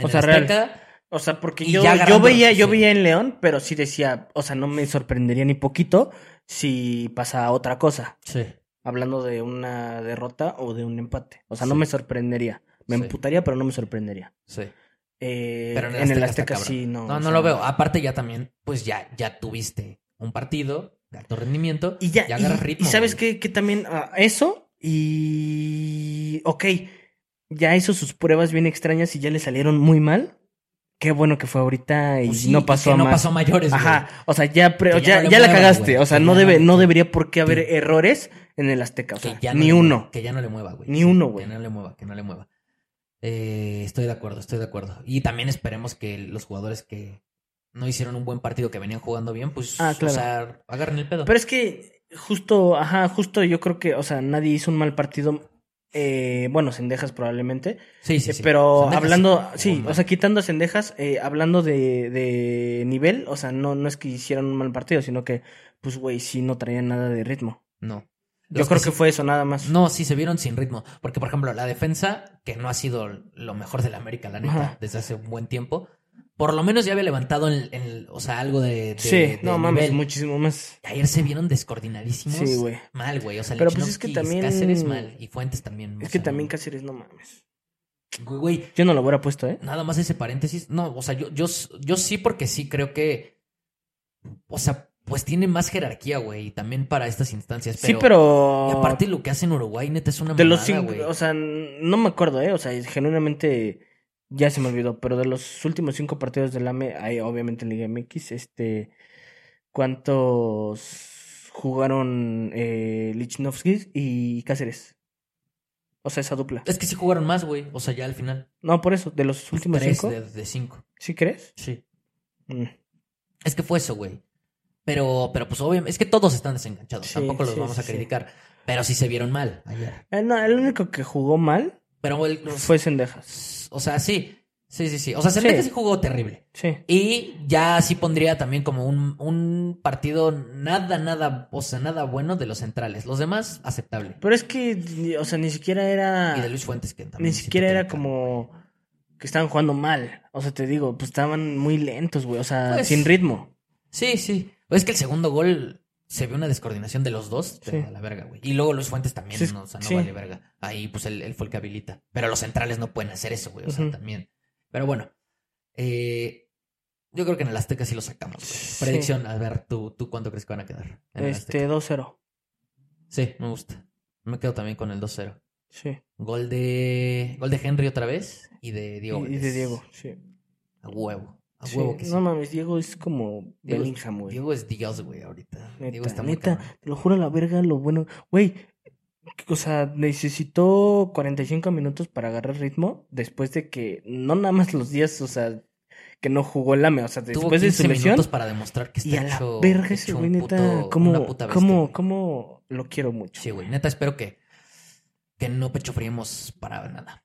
B: O sea, real.
A: Azteca,
B: O sea, porque
A: Y
B: yo,
A: ya
B: yo
A: agarrando-
B: veía, yo
A: sí.
B: veía en León, pero sí decía, o sea, no me sorprendería ni poquito si pasa otra cosa.
A: sí.
B: hablando de una derrota o de un empate. O sea, no
A: Sí.
B: me sorprendería. Me
A: Sí.
B: emputaría, pero no me sorprendería.
A: Sí.
B: Eh,
A: Pero
B: en el, Azteca,
A: está
B: sí,
A: cabrón.
B: no.
A: No,
B: o
A: no
B: sea,
A: lo veo. Aparte, ya también, pues ya, ya tuviste un partido de alto rendimiento.
B: Y ya,
A: agarras
B: y,
A: ritmo.
B: y sabes
A: güey.
B: qué, que también ah, eso y... Ok, ya hizo sus pruebas bien extrañas y ya le salieron muy mal. Qué bueno que fue ahorita y
A: Pues sí,
B: no pasó
A: que
B: a
A: no
B: más.
A: pasó a mayores, güey.
B: Ajá, o sea, ya, pre-
A: Que ya no
B: ya,
A: le
B: ya la
A: muevan,
B: cagaste.
A: güey.
B: O sea,
A: Que
B: no,
A: ya
B: debe,
A: no-
B: no debería por qué haber
A: Sí.
B: errores en el Azteca. O
A: que
B: sea,
A: ya no
B: ni
A: le mueva,
B: uno.
A: Que ya no le mueva, güey.
B: Ni uno, güey.
A: Que no le mueva, que no le mueva. Eh, estoy de acuerdo, estoy de acuerdo. Y también esperemos que los jugadores que no hicieron un buen partido, que venían jugando bien, pues
B: Ah, claro.
A: o sea, agarren el pedo.
B: Pero es que justo, ajá, justo yo creo que, o sea, nadie hizo un mal partido. Eh, bueno, Sendejas probablemente.
A: sí, sí,
B: Eh,
A: sí.
B: Pero
A: Sendejas,
B: hablando,
A: jugó
B: sí,
A: mal.
B: o sea, quitando a Sendejas, eh, hablando de, de nivel, o sea, no, no es que hicieran un mal partido, sino que, pues, güey, sí no traían nada de ritmo.
A: No.
B: Yo
A: Los
B: creo
A: sí-
B: que fue eso nada más.
A: No, sí se vieron sin ritmo. Porque, por ejemplo, la defensa, que no ha sido lo mejor de la América, la neta,
B: Ajá.
A: desde hace un buen tiempo, por lo menos ya había levantado el, el- o sea, algo de, de-
B: sí,
A: de
B: no mames,
A: nivel.
B: muchísimo más.
A: Y Ayer se vieron descoordinadísimos.
B: Sí, güey.
A: Mal, güey. O sea,
B: Pero, pues, es
A: Lichnowsky,
B: que también-
A: Cáceres mal. Y Fuentes también.
B: Es
A: o
B: que
A: sea,
B: también Cáceres, no mames.
A: Güey, güey,
B: Yo no lo hubiera puesto, ¿eh?
A: nada más ese paréntesis. No, o sea, yo, yo, yo sí porque sí creo que... O sea, pues tiene más jerarquía, güey. Y también para estas instancias. Pero,
B: sí, pero.
A: y aparte lo que hace en Uruguay, neta, es una
B: De los
A: mamada,
B: cinco,
A: güey.
B: o sea, no me acuerdo, ¿eh? O sea, genuinamente ya se me olvidó, pero de los últimos cinco partidos del AME, hay obviamente en Liga MX, este, ¿cuántos jugaron eh, Lichnowsky y Cáceres? O sea, esa dupla.
A: Es que sí jugaron más, güey. O sea, ya al final.
B: No, por eso, de los últimos
A: Tres
B: cinco.
A: de, de cinco.
B: ¿Sí crees?
A: Sí.
B: Mm.
A: Es que fue eso, güey. Pero, pero pues obviamente, es que todos están desenganchados.
B: Sí,
A: Tampoco los
B: sí,
A: vamos
B: sí,
A: a
B: sí.
A: criticar. Pero sí se vieron mal ayer.
B: Eh, no, el único que jugó mal
A: Pero el-
B: fue Sendejas.
A: O sea, sí. Sí, sí, sí. O sea, Celeste sí jugó terrible.
B: Sí.
A: Y ya sí pondría también como un, un partido nada, nada, o sea, nada bueno de los centrales. Los demás, aceptable.
B: Pero es que, o sea, ni siquiera
A: Y de
B: era.
A: Luis Fuentes, que también.
B: Pues, Ni
A: siento
B: siquiera
A: que
B: era
A: le cae.
B: como que estaban jugando mal. O sea, te digo, pues estaban muy lentos, güey. O sea,
A: Pues-
B: sin ritmo.
A: Sí, sí. Es que el segundo gol se ve una descoordinación de los dos, pero
B: Sí.
A: a la verga, güey. Y luego Luis Fuentes también,
B: Sí,
A: no, o sea, no
B: sí.
A: vale verga. Ahí, pues, él, él fue el que habilita. Pero los centrales no pueden hacer eso, güey. O sea,
B: Ujú.
A: también. Pero bueno. eh, yo creo que en el Azteca sí lo sacamos, güey.
B: Sí.
A: Predicción, a ver, ¿tú, ¿tú cuánto crees que van a quedar? en el Azteca?
B: Este, 2-0.
A: Sí, me gusta. Me quedo también con el 2-0.
B: Sí.
A: Gol de. Gol de Henry otra vez. Y de Diego.
B: y, y de
A: Valdés.
B: Diego, sí.
A: A huevo. A
B: Sí.
A: huevo que sí.
B: No mames, Diego es como
A: Diego-
B: Bellingham, güey.
A: Diego es Dios, güey, ahorita.
B: Neta,
A: Diego está muy
B: neta,
A: cabrón.
B: te lo juro a la verga, lo bueno. Güey, o sea, necesitó 45 minutos para agarrar ritmo después de que, no nada más los días, o sea, que no jugó el AME, o sea,
A: Tuvo
B: este, después
A: 15
B: de su lesión.
A: minutos para demostrar que está
B: Y a la
A: hecho,
B: verga ese
A: hecho
B: güey,
A: un
B: neta,
A: puto- una
B: como,
A: puta bestia,
B: como,
A: güey.
B: como lo quiero mucho.
A: Sí, güey, neta, espero que, que no pechofriemos para nada.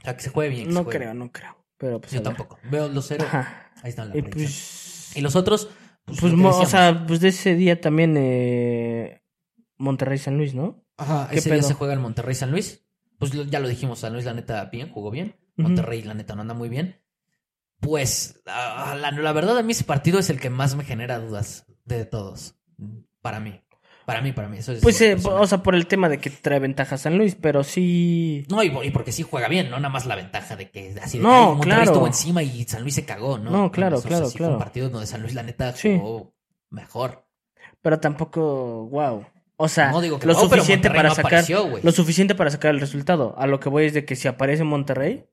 A: O sea, que se juegue bien. que se
B: no
A: juegue
B: creo,
A: bien.
B: no creo, pero pues
A: Yo
B: a ver.
A: tampoco. Veo los cero.
B: Ajá.
A: Ahí están la
B: Y
A: predicción.
B: pues,
A: Y los otros, pues,
B: pues,
A: lo que
B: mo- o
A: decíamos.
B: sea, pues de ese día también eh, Monterrey-San Luis, ¿no?
A: Ajá,
B: ¿qué
A: ese día
B: pedo?
A: se juega el Monterrey San Luis. Pues lo- ya lo dijimos, San Luis la neta bien, jugó bien.
B: Ujú.
A: Monterrey la neta no anda muy bien. Pues ah, la, la verdad a mí ese partido es el que más me genera dudas de todos. Para mí. Para mí, para mí. Eso es
B: Pues, eh,
A: personal.
B: o sea, por el tema de que trae ventaja San Luis, pero sí.
A: No, y, y porque sí juega bien, no nada más la ventaja de que así de
B: No,
A: que, ay, Monterrey
B: claro.
A: estuvo encima y San Luis se cagó, ¿no?
B: No, claro,
A: O sea,
B: claro,
A: sí Fue
B: claro.
A: un partido donde San Luis la neta
B: Sí.
A: jugó mejor.
B: Pero tampoco, wow. O sea,
A: No digo que
B: lo
A: no, pero
B: suficiente
A: Monterrey
B: para
A: no
B: sacar.
A: apareció, güey.
B: lo suficiente para sacar el resultado. A lo que voy es de que si aparece Monterrey,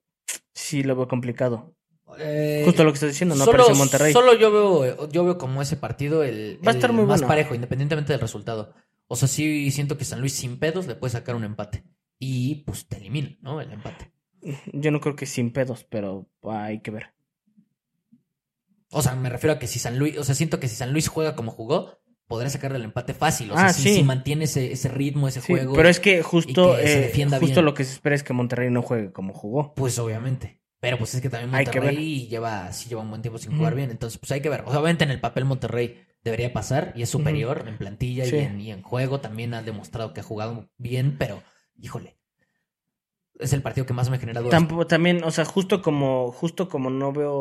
B: sí lo veo complicado.
A: Eh,
B: Justo lo que estás diciendo, no
A: solo,
B: aparece Monterrey.
A: Solo yo veo, yo veo como ese partido el,
B: Va a estar
A: el
B: muy
A: más
B: bueno.
A: parejo, independientemente del resultado. O sea, sí siento que San Luis sin pedos le puede sacar un empate. Y pues te elimina, ¿no? El empate.
B: Yo no creo que sin pedos, pero hay que ver.
A: O sea, me refiero a que si San Luis, o sea, siento que si San Luis juega como jugó, podrá sacarle el empate fácil. O sea,
B: Ah,
A: si,
B: sí.
A: si mantiene ese, ese ritmo, ese
B: Sí,
A: juego.
B: pero es que justo,
A: y que se
B: eh,
A: defienda
B: justo
A: bien.
B: lo que se espera es que Monterrey no juegue como jugó.
A: Pues obviamente. Pero pues es que también
B: Hay que ver.
A: Monterrey lleva, sí lleva un buen tiempo sin
B: Ujú.
A: jugar bien. Entonces, pues hay que ver. O sea, obviamente en el papel Monterrey debería pasar y es superior en plantilla
B: Sí.
A: y, en, y en juego. También ha demostrado que ha jugado bien, pero híjole. Es el partido que más me genera dudas.
B: Tampoco, también, o sea, justo como, justo como no veo,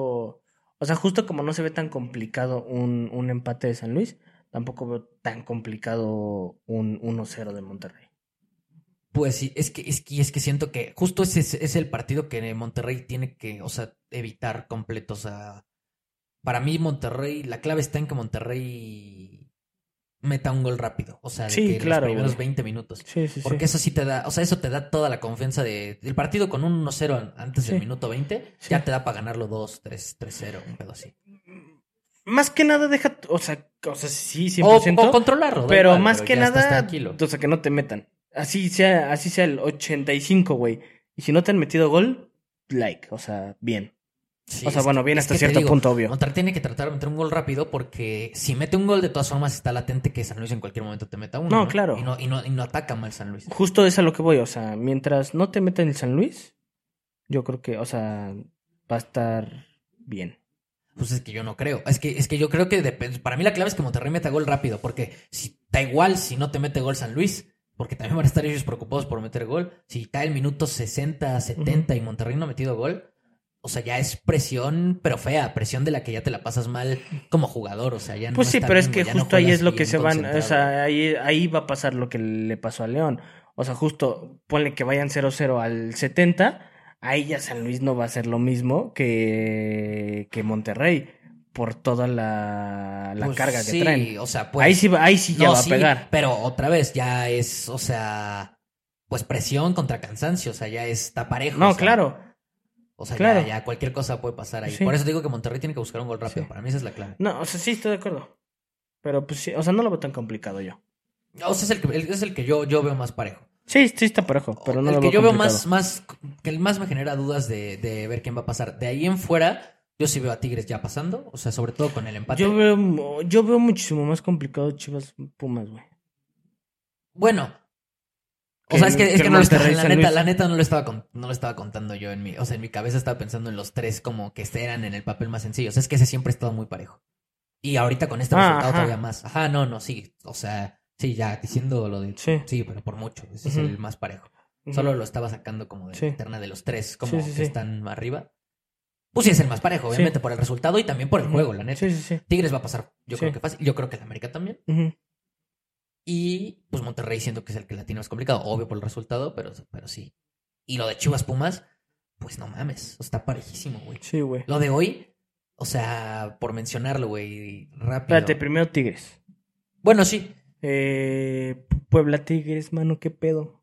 B: o sea, justo como no se ve tan complicado un, un empate de San Luis, tampoco veo tan complicado un 1-0 de Monterrey.
A: Pues sí, es que, es que, es que siento que justo ese es, es el partido que Monterrey tiene que, o sea, evitar completo. O sea, para mí Monterrey, la clave está en que Monterrey meta un gol rápido. O sea, de
B: Sí,
A: que
B: claro,
A: los primeros
B: güey.
A: 20 minutos.
B: Sí, sí,
A: Porque eso sí te da, o sea, eso te da toda la confianza de, del partido con un 1-0 an- antes del
B: Sí.
A: minuto 20,
B: Sí.
A: ya te da para ganarlo 2, 3, 3-0, un pedo así.
B: Más que nada deja, o sea, o sea, sí,
A: O,
B: 100%.
A: o controlarlo. da
B: Pero
A: igual,
B: más que
A: ya estás
B: nada,
A: tranquilo.
B: o sea, que no te metan. Así sea, así sea el 85, güey. Y si no te han metido gol, like, o sea, bien.
A: Sí,
B: o sea,
A: es
B: bueno,
A: que-
B: bien
A: es
B: hasta
A: que te
B: cierto
A: digo,
B: punto, obvio.
A: Monterrey tiene que tratar de meter un gol rápido porque si mete un gol, de todas formas está latente que San Luis en cualquier momento te meta uno.
B: No, claro.
A: Y no, y no, y no ataca mal San Luis.
B: Justo es a lo que voy, o sea, mientras no te metan el San Luis, yo creo que, o sea, va a estar bien.
A: Pues es que yo no creo. Es que, es que yo creo que depende. Para mí la clave es que Monterrey meta gol rápido, porque si da igual si no te mete gol San Luis, porque también van a estar ellos preocupados por meter gol. Si cae el minuto 60, 70 y Monterrey no ha metido gol, o sea, ya es presión, pero fea, presión de la que ya te la pasas mal como jugador. O sea, ya no
B: Pues sí,
A: está
B: pero es
A: bien,
B: que
A: güey, ya no
B: justo ahí
A: juegas
B: es lo que
A: bien
B: se van, o
A: concentrado.
B: sea, ahí, ahí va a pasar lo que le pasó a León. O sea, justo ponle que vayan 0-0 al 70, ahí ya San Luis no va a ser lo mismo que, que Monterrey por toda la, la
A: Pues
B: carga que
A: sí,
B: traen.
A: O sea, pues,
B: ahí sí, va- ahí sí ya
A: no,
B: va
A: sí,
B: a pegar.
A: Pero otra vez, ya es, o sea, pues presión contra cansancio, o sea, ya está parejo. o
B: No,
A: sea,
B: claro.
A: O sea,
B: Claro.
A: ya, ya cualquier cosa puede pasar ahí.
B: Sí.
A: Por eso digo que Monterrey tiene que buscar un gol rápido.
B: Sí.
A: Para mí esa es la clave.
B: No, o sea, sí, estoy de acuerdo. Pero pues sí, o sea, no lo veo tan complicado yo.
A: O sea, es el que, el- es el que yo, yo veo más parejo.
B: Sí, sí está parejo, pero no
A: el
B: lo
A: que
B: veo
A: yo veo
B: complicado.
A: más, más, que el más me genera dudas de, de ver quién va a pasar. De ahí en fuera, yo sí veo a Tigres ya pasando. O sea, sobre todo con el empate.
B: Yo veo, mu- yo veo muchísimo más complicado Chivas Pumas, güey.
A: Bueno. O
B: Que
A: sea, es que,
B: el-
A: es
B: que
A: que
B: el
A: no lo estaba-
B: Monterrey,
A: la
B: San
A: neta,
B: Luis.
A: la neta no lo estaba con- no lo estaba contando yo en mi, o sea, en mi cabeza estaba pensando en los tres como que eran en el papel más sencillo. O sea, es que ese siempre ha estado muy parejo. Y ahorita con este
B: Ah,
A: resultado
B: ajá.
A: todavía más. Ajá, no, no, sí. O sea, sí, ya diciendo lo de
B: Sí.
A: sí, pero por mucho. Ese es
B: Ujú.
A: el más parejo. Solo lo estaba sacando como de
B: Sí.
A: la interna de los tres, como
B: Sí, sí,
A: que
B: sí.
A: están arriba. Pues sí, es el más parejo,
B: Sí.
A: obviamente, por el resultado y también por el
B: Ujú.
A: juego, la neta.
B: Sí, sí, sí.
A: Tigres va a pasar, yo
B: Sí.
A: creo que fácil. Yo creo que el América también.
B: Ujú.
A: Y pues Monterrey siento que es el que la tiene más complicado, obvio por el resultado, pero, pero sí. Y lo de Chivas Pumas, pues no mames, está parejísimo, güey.
B: Sí, güey.
A: Lo de hoy, o sea, por mencionarlo, güey, rápido.
B: Espérate, primero Tigres.
A: Bueno, sí.
B: Eh, Puebla Tigres, mano, qué pedo.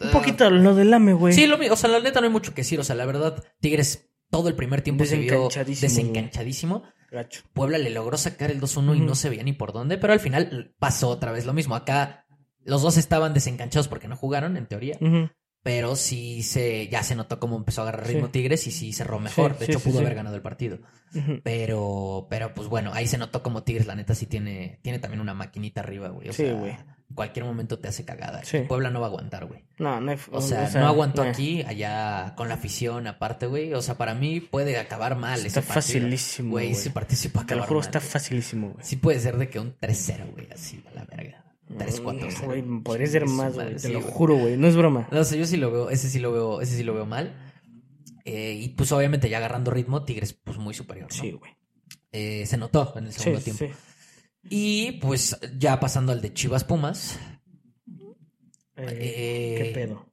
B: Un
A: Ah,
B: poquito lo del AME, güey.
A: Sí, lo mi- o sea, la neta no hay mucho que decir, o sea, la verdad, Tigres todo el primer tiempo se vio
B: Desencanchadísimo, güey.
A: desencanchadísimo.
B: Gacho.
A: Puebla le logró sacar el 2-1 y
B: Ujú.
A: no se veía ni por dónde, pero al final pasó otra vez lo mismo. Acá los dos estaban desenganchados porque no jugaron, en teoría.
B: Ujú.
A: pero sí se ya se notó cómo empezó a agarrar
B: Sí.
A: ritmo Tigres y sí cerró mejor.
B: Sí,
A: de
B: sí,
A: hecho,
B: sí,
A: pudo
B: sí.
A: haber ganado el partido.
B: Ujú.
A: Pero, pero pues bueno, ahí se notó como Tigres, la neta, sí tiene, tiene también una maquinita arriba, güey. O
B: Sí,
A: sea,
B: güey.
A: en cualquier momento te hace cagada.
B: Sí.
A: Y Puebla no va a aguantar, güey.
B: No, no hay-
A: O sea, no aguantó
B: nah.
A: aquí, allá con la afición aparte, güey. O sea, para mí puede acabar mal
B: Está
A: ese partido.
B: facilísimo,
A: Güey,
B: güey.
A: ese partido sí puede
B: Te lo
A: acabar
B: juro,
A: mal,
B: está
A: güey.
B: facilísimo, güey.
A: Sí puede ser de que un 3-0, güey, así, a la verga. 3-4-0.
B: Mm, Güey, podría ser
A: Chingue su
B: más,
A: madre,
B: güey. Te
A: sí,
B: lo
A: güey.
B: juro, güey. No es broma.
A: No sé, yo sí lo veo, ese sí lo veo, ese sí lo veo mal. Eh, y pues obviamente ya agarrando ritmo, Tigres pues muy superior. ¿no?
B: Sí, güey.
A: Eh, se notó en el
B: Sí,
A: segundo tiempo.
B: sí.
A: Y pues ya pasando al de Chivas Pumas.
B: Eh,
A: eh,
B: ¿Qué pedo?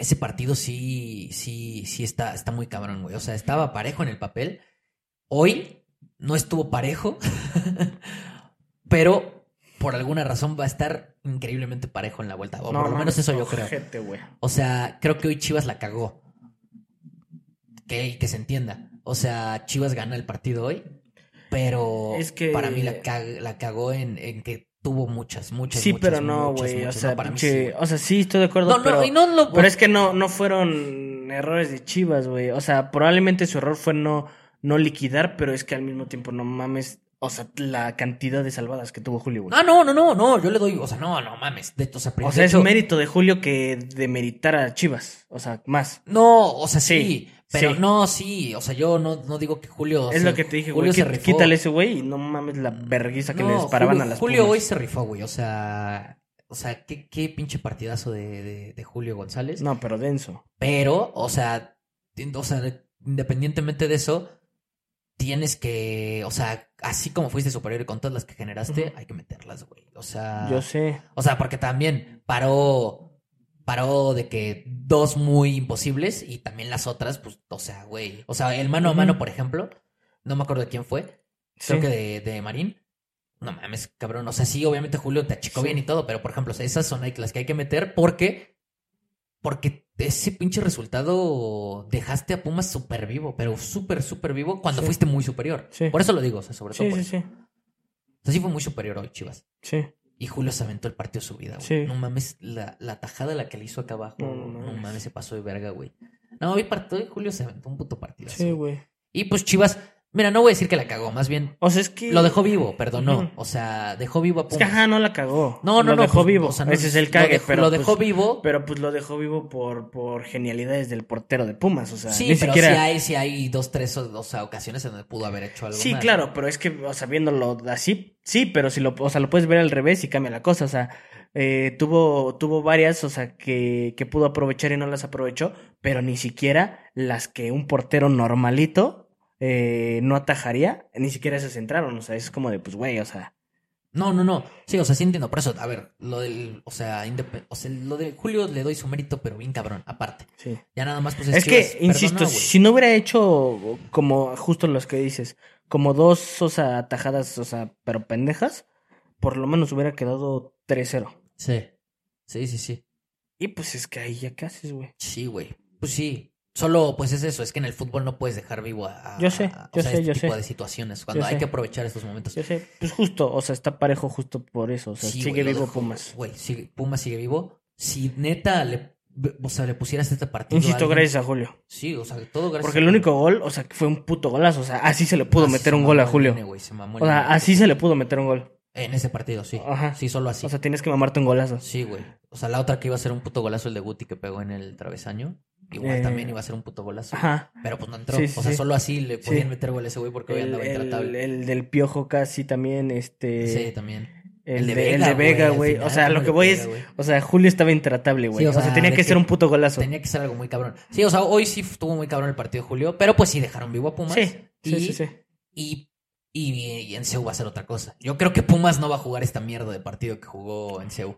A: Ese partido sí, sí, sí está, está muy cabrón, güey. O sea, estaba parejo en el papel. Hoy no estuvo parejo, pero por alguna razón va a estar increíblemente parejo en la vuelta. O por lo menos
B: mames,
A: eso yo creo.
B: ojete, güey.
A: O sea, creo que hoy Chivas la cagó. Que, que se entienda. O sea, Chivas gana el partido hoy, pero
B: Es que-
A: para mí la, cag- la cagó en, en que tuvo muchas, muchas,
B: Sí,
A: muchas,
B: pero no,
A: muchas,
B: güey. O
A: muchas.
B: sea,
A: No, para mí sí,
B: pinche-
A: güey.
B: o sea, sí, estoy de acuerdo,
A: No, no,
B: pero,
A: y no lo-
B: pero es que no, no fueron errores de Chivas, güey. O sea, probablemente su error fue no, no liquidar, pero es que al mismo tiempo no mames. O sea, la cantidad de salvadas que tuvo Julio, güey.
A: Ah, no, no, no, no, yo le doy, o sea, no, no mames, de, o sea,
B: pues. o
A: de
B: sea, es
A: hecho-
B: mérito de Julio que demeritara a Chivas. O sea, más.
A: No, o sea, sí,
B: Sí,
A: pero
B: sí.
A: no, sí, o sea, yo no, no digo que Julio... o
B: es
A: sea,
B: lo que te dije,
A: Julio
B: güey.
A: se
B: quí-
A: rifó.
B: Quítale ese güey y no mames la vergüenza que les paraban
A: Julio,
B: a las
A: Julio
B: Pumas.
A: hoy se rifó, güey, o sea, o sea, qué, qué pinche partidazo de, de- de Julio González.
B: No, pero denso.
A: Pero, o sea, tien- o sea, independientemente de eso, tienes que, o sea, así como fuiste superior y con todas las que generaste,
B: Ujú.
A: hay que meterlas, güey. O sea,
B: Yo sé.
A: o sea, porque también paró, paró de que dos muy imposibles y también las otras, pues, o sea, güey. O sea, el mano a
B: Ujú.
A: mano, por ejemplo, no me acuerdo de quién fue, creo
B: Sí.
A: que de, de Marín. No mames, cabrón. O sea, sí, obviamente Julio te achicó
B: Sí.
A: bien y todo, pero por ejemplo, o sea, esas son ahí las que hay que meter porque. Porque ese pinche resultado dejaste a Pumas súper vivo, pero súper, súper vivo cuando
B: Sí.
A: fuiste muy superior.
B: Sí.
A: Por eso lo digo, o sea, sobre todo.
B: Sí,
A: por eso.
B: sí, sí.
A: O sea, sí fue muy superior hoy, Chivas.
B: Sí.
A: Y Julio se aventó el partido de su vida, güey.
B: Sí.
A: No mames, la, la tajada la que le hizo acá abajo.
B: No,
A: No,
B: no mames.
A: mames, se pasó de verga, güey. No, hoy partido de Julio se aventó un puto partido.
B: Sí, güey.
A: y pues Chivas, mira, no voy a decir que la cagó, más bien
B: O sea, es que.
A: lo dejó vivo, perdonó.
B: Ujú.
A: O sea, dejó vivo a
B: Es que
A: Pumas.
B: ajá, no la cagó.
A: no, no,
B: Lo
A: no.
B: dejó
A: pues,
B: vivo.
A: o sea, no-
B: Ese es el cague,
A: lo dejó,
B: pero.
A: lo dejó
B: pues,
A: vivo.
B: Pero pues lo dejó vivo por, por genialidades del portero de Pumas. O sea,
A: sí,
B: ni
A: pero
B: siquiera.
A: sí, hay, sí hay dos, tres o, o sea, ocasiones en donde pudo haber hecho algo
B: Sí,
A: más.
B: claro, pero es que, o sea, viéndolo así, sí, pero si lo, o sea, lo puedes ver al revés y cambia la cosa, o sea, eh, tuvo, tuvo varias, o sea, que, que pudo aprovechar y no las aprovechó, pero ni siquiera las que un portero normalito eh, no atajaría, ni siquiera esas entraron, o sea, es como de, pues, güey, o sea,
A: No, no, no. Sí, o sea, sí entiendo. Por eso, a ver, lo del, o sea, indep- o sea, lo de Julio le doy su mérito, pero bien cabrón, aparte.
B: sí.
A: Ya nada más pues
B: Es
A: Chivas,
B: que, insisto,
A: perdonó, güey.
B: si no hubiera hecho como justo los que dices, como dos, o sea, atajadas, o sea, pero pendejas, por lo menos hubiera quedado 3-0.
A: Sí. Sí, sí, sí.
B: Y pues es que ahí ya qué haces, güey.
A: Sí, güey. Pues sí. Solo, pues es eso, es que en el fútbol no puedes dejar vivo a, a-
B: Yo sé,
A: a- o
B: yo
A: sea,
B: sé,
A: este
B: yo
A: tipo
B: sé.
A: de situaciones. Cuando hay
B: sé.
A: que aprovechar estos momentos.
B: Yo sé, pues justo, o sea, está parejo justo por eso, o sea,
A: Sí,
B: sigue
A: güey, lo
B: vivo
A: dejó-
B: Pumas.
A: Güey, sigue- Pumas sigue vivo. Si neta le, o sea, le pusieras este partido. a
B: Insisto,
A: alguien-
B: gracias a Julio.
A: Sí, o sea, todo gracias.
B: Porque el único gol, o sea, que fue un puto golazo, o sea, así se le pudo
A: Así
B: meter
A: se
B: un gol a
A: mamó el
B: Julio.
A: nene, güey, se mamó el
B: O sea,
A: nene.
B: así se le pudo meter un gol.
A: En ese partido, sí.
B: Ajá.
A: Sí, solo así.
B: O sea, tienes que mamarte un golazo.
A: sí, güey. O sea, la otra que iba a ser un puto golazo, el de Guti que pegó en el travesaño. Igual
B: Eh,
A: también iba a ser un puto golazo.
B: Ajá.
A: Pero pues no entró.
B: Sí, sí,
A: o sea,
B: sí.
A: solo así le
B: Sí.
A: podían meter gol a ese güey porque hoy
B: El,
A: andaba
B: el,
A: intratable.
B: el del piojo casi también, este.
A: sí, también.
B: El, de, el de Vega,
A: al
B: güey.
A: final,
B: O sea, lo
A: cómo
B: que
A: le
B: voy
A: pega,
B: es.
A: güey.
B: O sea, Julio estaba intratable, güey.
A: Sí, o
B: o, sea,
A: sea,
B: tenía que
A: es
B: ser
A: que
B: un puto golazo.
A: Tenía que ser algo muy cabrón. Sí, o sea, hoy sí estuvo muy cabrón el partido de Julio, pero pues sí dejaron vivo a Pumas.
B: Sí, sí,
A: y,
B: sí, sí.
A: Y, y, y en CEU va a ser otra cosa. Yo creo que Pumas no va a jugar esta mierda de partido que jugó en CEU.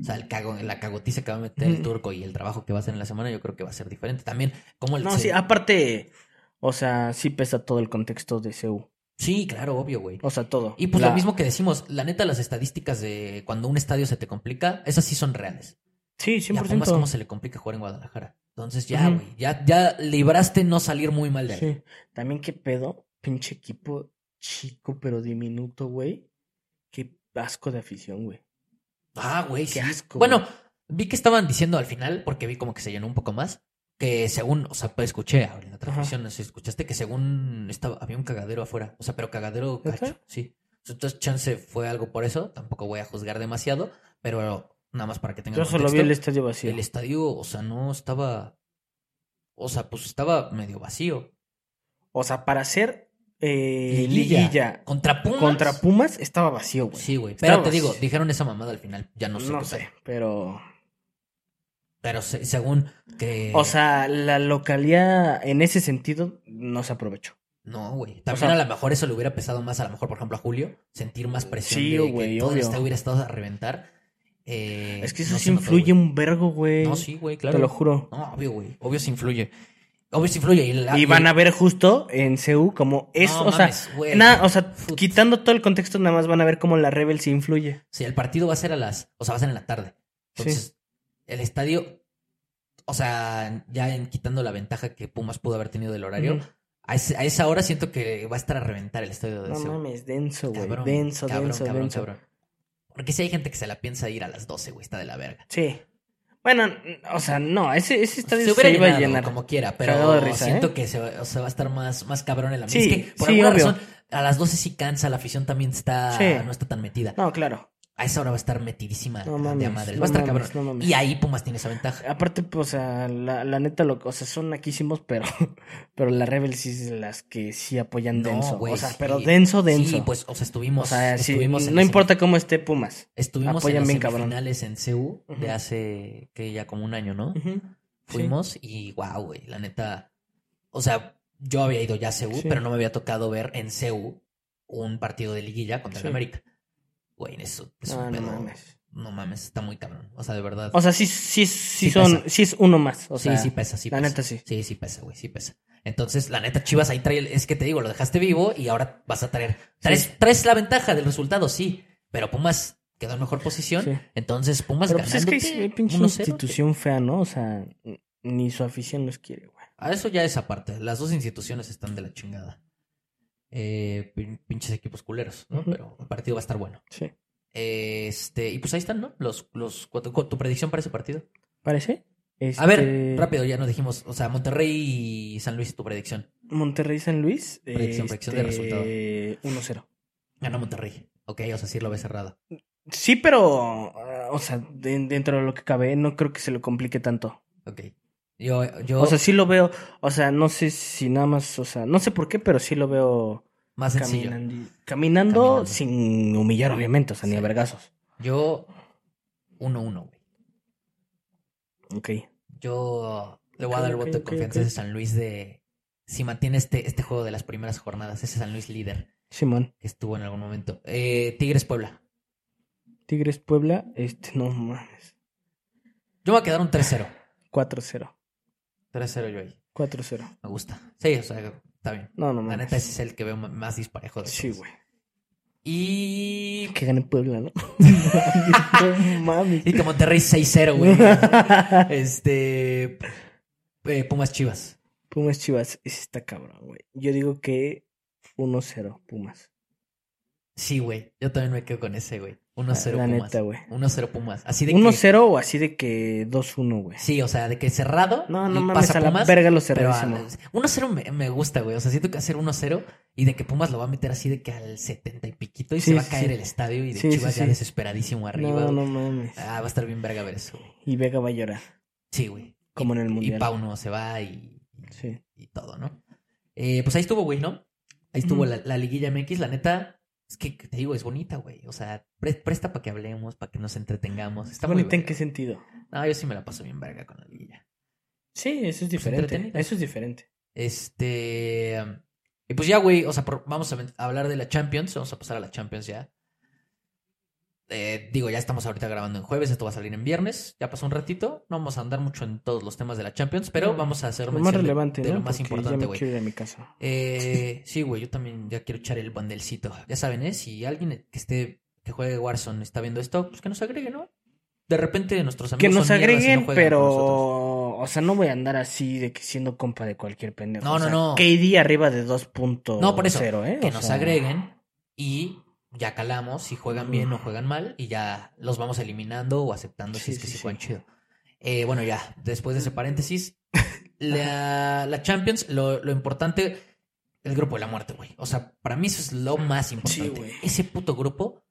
A: O sea, el cago, la cagotiza que va a meter el
B: Ujú.
A: turco y el trabajo que va a hacer en la semana, yo creo que va a ser diferente. También, como el.
B: No,
A: se-
B: sí, aparte. O sea, sí pesa todo el contexto de CU.
A: sí, claro, obvio, güey.
B: O sea, todo.
A: Y pues
B: La-
A: lo mismo que decimos, la neta, las estadísticas de cuando un estadio se te complica, esas sí son reales. Y
B: Sí,
A: a Pumas,
B: 100%.
A: ¿cómo se le complica jugar en Guadalajara? Entonces, ya,
B: Ujú.
A: güey, ya, ya libraste no salir muy mal de ahí.
B: Sí. También qué pedo, pinche equipo chico pero diminuto, güey. Qué asco de afición, güey.
A: Ah, güey,
B: Qué
A: sí.
B: asco,
A: Bueno,
B: güey.
A: vi que estaban diciendo al final, porque vi como que se llenó un poco más, que según, o sea, pues, escuché ahora en la transmisión, no sé, escuchaste que según estaba, había un cagadero afuera, o sea, pero cagadero
B: ¿Neta?
A: cacho, sí. Entonces, chance fue algo por eso, tampoco voy a juzgar demasiado, pero nada más para que tengan
B: Yo solo vi
A: contexto,
B: el estadio vacío.
A: el estadio, o sea, no estaba, o sea, pues estaba medio vacío.
B: O sea, para hacer eh,
A: Liguilla.
B: liguilla,
A: Contra Pumas.
B: contra Pumas estaba vacío, güey.
A: Sí, güey. Pero
B: Estaba
A: te digo,
B: vacío.
A: dijeron esa mamada al final, ya no sé.
B: no
A: qué
B: sé,
A: tal.
B: pero...
A: Pero se- según que...
B: O sea, la localidad en ese sentido no se aprovechó.
A: No, güey. También
B: sea-
A: a lo mejor eso le hubiera pesado más, a lo mejor, por ejemplo, a Julio, sentir más presión
B: Sí,
A: de
B: güey,
A: que todo el
B: obvio.
A: estadio hubiera estado a reventar. Eh,
B: es que eso
A: no
B: sí
A: se notó, güey.
B: influye un vergo, güey.
A: No, sí, güey, claro.
B: Te lo juro.
A: No, obvio, güey. Obvio se influye. Obvio se influye. Y, la-
B: y
A: y-
B: van a ver justo en CU como es,
A: No
B: o sea,
A: mames, güey.
B: nada, o sea,
A: Fut.
B: quitando todo el contexto, nada más van a ver cómo la Rebel se influye.
A: Sí, el partido va a ser a las... O sea, va a ser en la tarde. Entonces, el estadio... O sea, ya en quitando la ventaja que Pumas pudo haber tenido del horario,
B: Ujú.
A: a, ese- a esa hora siento que va a estar a reventar el estadio de
B: No
A: Seúl.
B: mames, denso, güey.
A: Cabrón,
B: Denso,
A: cabrón,
B: denso,
A: cabrón,
B: denso.
A: cabrón. Porque si hay gente que se la piensa ir a las 12, güey, está de la verga.
B: Sí. Bueno, n- o sea, no, ese, ese estadio se,
A: hubiera
B: iba a
A: llenado,
B: llenar.
A: como quiera, pero
B: Cagado de risa,
A: siento
B: ¿eh?
A: que se va, o sea, va a estar más, más cabrón el ambiente.
B: Sí,
A: es que por
B: sí,
A: alguna
B: obvio.
A: razón, a las 12 sí cansa, la afición también está,
B: Sí.
A: no está tan metida.
B: No, claro.
A: A esa hora va a estar metidísima
B: No
A: de a
B: mames,
A: madres.
B: no
A: Va a estar
B: mames,
A: cabrón.
B: no mames.
A: y ahí Pumas tiene esa ventaja.
B: Aparte, pues, o sea, la, la neta, lo, o sea, son naquísimos, pero, pero la Rebel sí es de las que sí apoyan
A: No,
B: denso.
A: güey,
B: o sea,
A: sí.
B: pero denso, denso.
A: Sí, pues, o sea,
B: o
A: estuvimos,
B: sea, sí,
A: estuvimos en
B: no
A: las
B: importa cómo esté Pumas.
A: Estuvimos en
B: Apoyan
A: las
B: bien, cabrón.
A: semifinales en CEU de
B: Ujú.
A: hace que ya como un año, ¿no?
B: Ujú.
A: Fuimos y wow, güey, la neta. O sea, yo había ido ya a CEU,
B: Sí.
A: pero no me había tocado ver en CEU un partido de liguilla contra el
B: Sí.
A: América. Güey, eso es
B: No,
A: un
B: no
A: pedo.
B: mames.
A: No mames, está muy cabrón. O sea, de verdad.
B: O sea, sí, sí, sí,
A: Sí
B: son,
A: pesa.
B: sí es uno más. O sea,
A: sí, sí pesa, sí
B: la
A: pesa.
B: neta sí.
A: Sí, sí pesa, güey, sí pesa. Entonces, la neta, Chivas ahí trae, el- es que te digo, lo dejaste vivo y ahora vas a traer. Traes, traes la ventaja del resultado, sí. Pero Pumas quedó en mejor posición.
B: Sí.
A: Entonces, Pumas
B: Pero pues es que ahí
A: ganándote
B: se ve pinche
A: 1-0, te-
B: institución fea, ¿no? O sea, n- ni su afición los quiere, güey.
A: A Ah, eso ya es aparte. Las dos instituciones están de la chingada. Eh, pin- pinches equipos culeros, ¿no?
B: Ujú.
A: Pero el partido va a estar bueno.
B: Sí.
A: Este, y pues ahí están, ¿no? Los, los, cu- tu, tu predicción para ese partido.
B: ¿Parece?
A: A ver,
B: Este,
A: rápido, ya nos dijimos. O sea, Monterrey y San Luis, tu predicción.
B: Monterrey San Luis. este,
A: Predicción, predicción de resultado.
B: 1-0.
A: Ganó Monterrey. Ok, o sea, sí lo ves cerrado.
B: Sí, pero. ah, O sea, de- dentro de lo que cabe, no creo que se lo complique tanto.
A: Ok. Yo, yo
B: O sea, sí lo veo. O sea, no sé si nada más. O sea, no sé por qué, pero sí lo veo
A: más sencillo.
B: caminandi- caminando,
A: Caminando.
B: sin humillar, obviamente. O sea, ni a
A: Sí.
B: vergazos.
A: Yo, 1-1, güey.
B: Ok.
A: Yo le voy a
B: Ok,
A: dar el
B: ok,
A: voto de
B: ok,
A: confianza
B: ok.
A: a ese San Luis de. Si mantiene este, este juego de las primeras jornadas, ese San Luis líder.
B: Simón.
A: que estuvo en algún momento. Eh, Tigres Puebla.
B: Tigres Puebla. Este, no mames.
A: Yo me voy a quedar un 3-0.
B: 4-0.
A: 3-0 yo ahí.
B: 4-0.
A: Me gusta. Sí, o sea, está bien.
B: No, no
A: La
B: mames.
A: neta ese es el que veo ma- más disparejo de todos.
B: Sí, güey.
A: Y...
B: Que gane Puebla, ¿no? no mames.
A: Y que Monterrey 6-0, güey. Este... eh, Pumas Chivas.
B: Pumas Chivas, ese está cabrón, güey. Yo digo que 1-0 Pumas.
A: Sí, güey. Yo también me quedo con ese, güey. 1-0
B: La
A: Pumas.
B: neta, güey.
A: 1-0 Pumas. Así de que.
B: 1-0 o así de que 2-1, güey.
A: Sí, o sea, de que cerrado.
B: No, no
A: y
B: mames,
A: pasa
B: a la
A: Pumas,
B: verga lo
A: Pero a-
B: cerradísimo.
A: 1-0 me, me gusta, güey. O sea, siento que hacer 1-0 y de que Pumas lo va a meter así de que al 70 y piquito y
B: Sí,
A: se va a
B: sí,
A: caer
B: sí.
A: el estadio y de
B: Sí, sí,
A: Chivas ya
B: sí.
A: desesperadísimo arriba.
B: No,
A: güey.
B: no mames.
A: Ah, va a estar bien verga ver eso, güey.
B: Y Vega va a llorar,
A: Sí, güey.
B: como
A: y,
B: en el
A: y
B: Mundial.
A: Pau no se va y,
B: Sí.
A: y todo, ¿no? Eh, pues ahí estuvo, güey, ¿no? Ahí estuvo
B: Ujú.
A: la, la liguilla MX. La neta, es que te digo, es bonita, güey. O sea, pre- presta para que hablemos, para que nos entretengamos. Está
B: ¿Está
A: muy
B: bonita en
A: verga.
B: qué sentido?
A: No, yo sí me la paso bien verga con la liguilla.
B: Sí, eso es
A: Pues
B: diferente.
A: entretenida.
B: eso es diferente.
A: Este. Y pues ya, güey, o sea, por- vamos a, men- a hablar de la Champions. Vamos a pasar a la Champions ya. Eh, digo, ya estamos ahorita grabando en jueves, esto va a salir en viernes. Ya pasó un ratito. No vamos a andar mucho en todos los temas de la Champions, pero
B: No,
A: vamos a hacer
B: Lo
A: mención
B: más
A: de-
B: relevante,
A: de,
B: ¿no?
A: lo más
B: Porque
A: importante,
B: ya me
A: güey.
B: quiero ir a mi casa.
A: Eh, sí, güey, yo también ya quiero echar el bandelcito. Ya saben, ¿eh? Si alguien que esté, que juegue Warzone está viendo esto, pues que nos agregue, ¿no? De repente nuestros amigos
B: Que nos
A: son mierdas y no
B: agreguen,
A: juegan con nosotros.
B: pero. O sea, no voy a andar así de que siendo compa de cualquier pendejo.
A: No,
B: O
A: no,
B: sea,
A: no.
B: KD arriba de 2.0.
A: No, por eso,
B: ¿eh?
A: que
B: O
A: nos
B: sea,
A: agreguen y ya calamos si juegan bien o
B: Ujú.
A: juegan mal y ya los vamos eliminando o aceptando si
B: Sí,
A: es que
B: sí,
A: sí,
B: sí.
A: juegan chido. Eh, bueno, ya, después de ese paréntesis, la, la Champions, lo, lo importante, el grupo de la muerte, güey. O sea, para mí eso es lo más importante.
B: güey.
A: Ese puto grupo,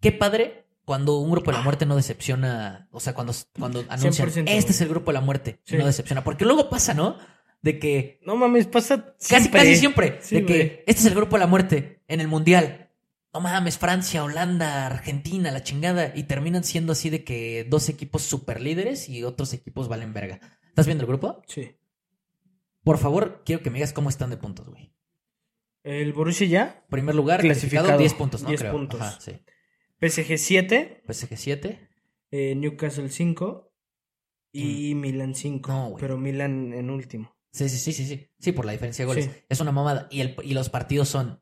A: qué padre cuando un grupo de la muerte no decepciona, o sea, cuando, cuando anuncian,
B: 100%,
A: este
B: güey.
A: es el grupo de la muerte,
B: Sí.
A: no decepciona. Porque luego pasa, ¿no? De que
B: No mames, pasa.
A: Casi, casi siempre.
B: Sí,
A: de que
B: güey.
A: este es el grupo de la muerte en el mundial. No mames, Francia, Holanda, Argentina, la chingada. Y terminan siendo así de que dos equipos super líderes y otros equipos valen verga. ¿Estás viendo el grupo?
B: Sí.
A: Por favor, quiero que me digas cómo están de puntos, güey.
B: El Borussia ya.
A: Primer lugar,
B: Clasificado.
A: clasificado 10 puntos, ¿no?
B: 10
A: Creo.
B: puntos.
A: Ajá, sí. Pues,
B: PSG 7.
A: PSG 7.
B: eh, Newcastle 5. Y Milan 5.
A: Mm. No, güey.
B: pero Milan en último.
A: Sí, sí, sí, sí, sí. Sí, por la diferencia de goles.
B: Sí.
A: Es una mamada. Y, el, y los partidos son.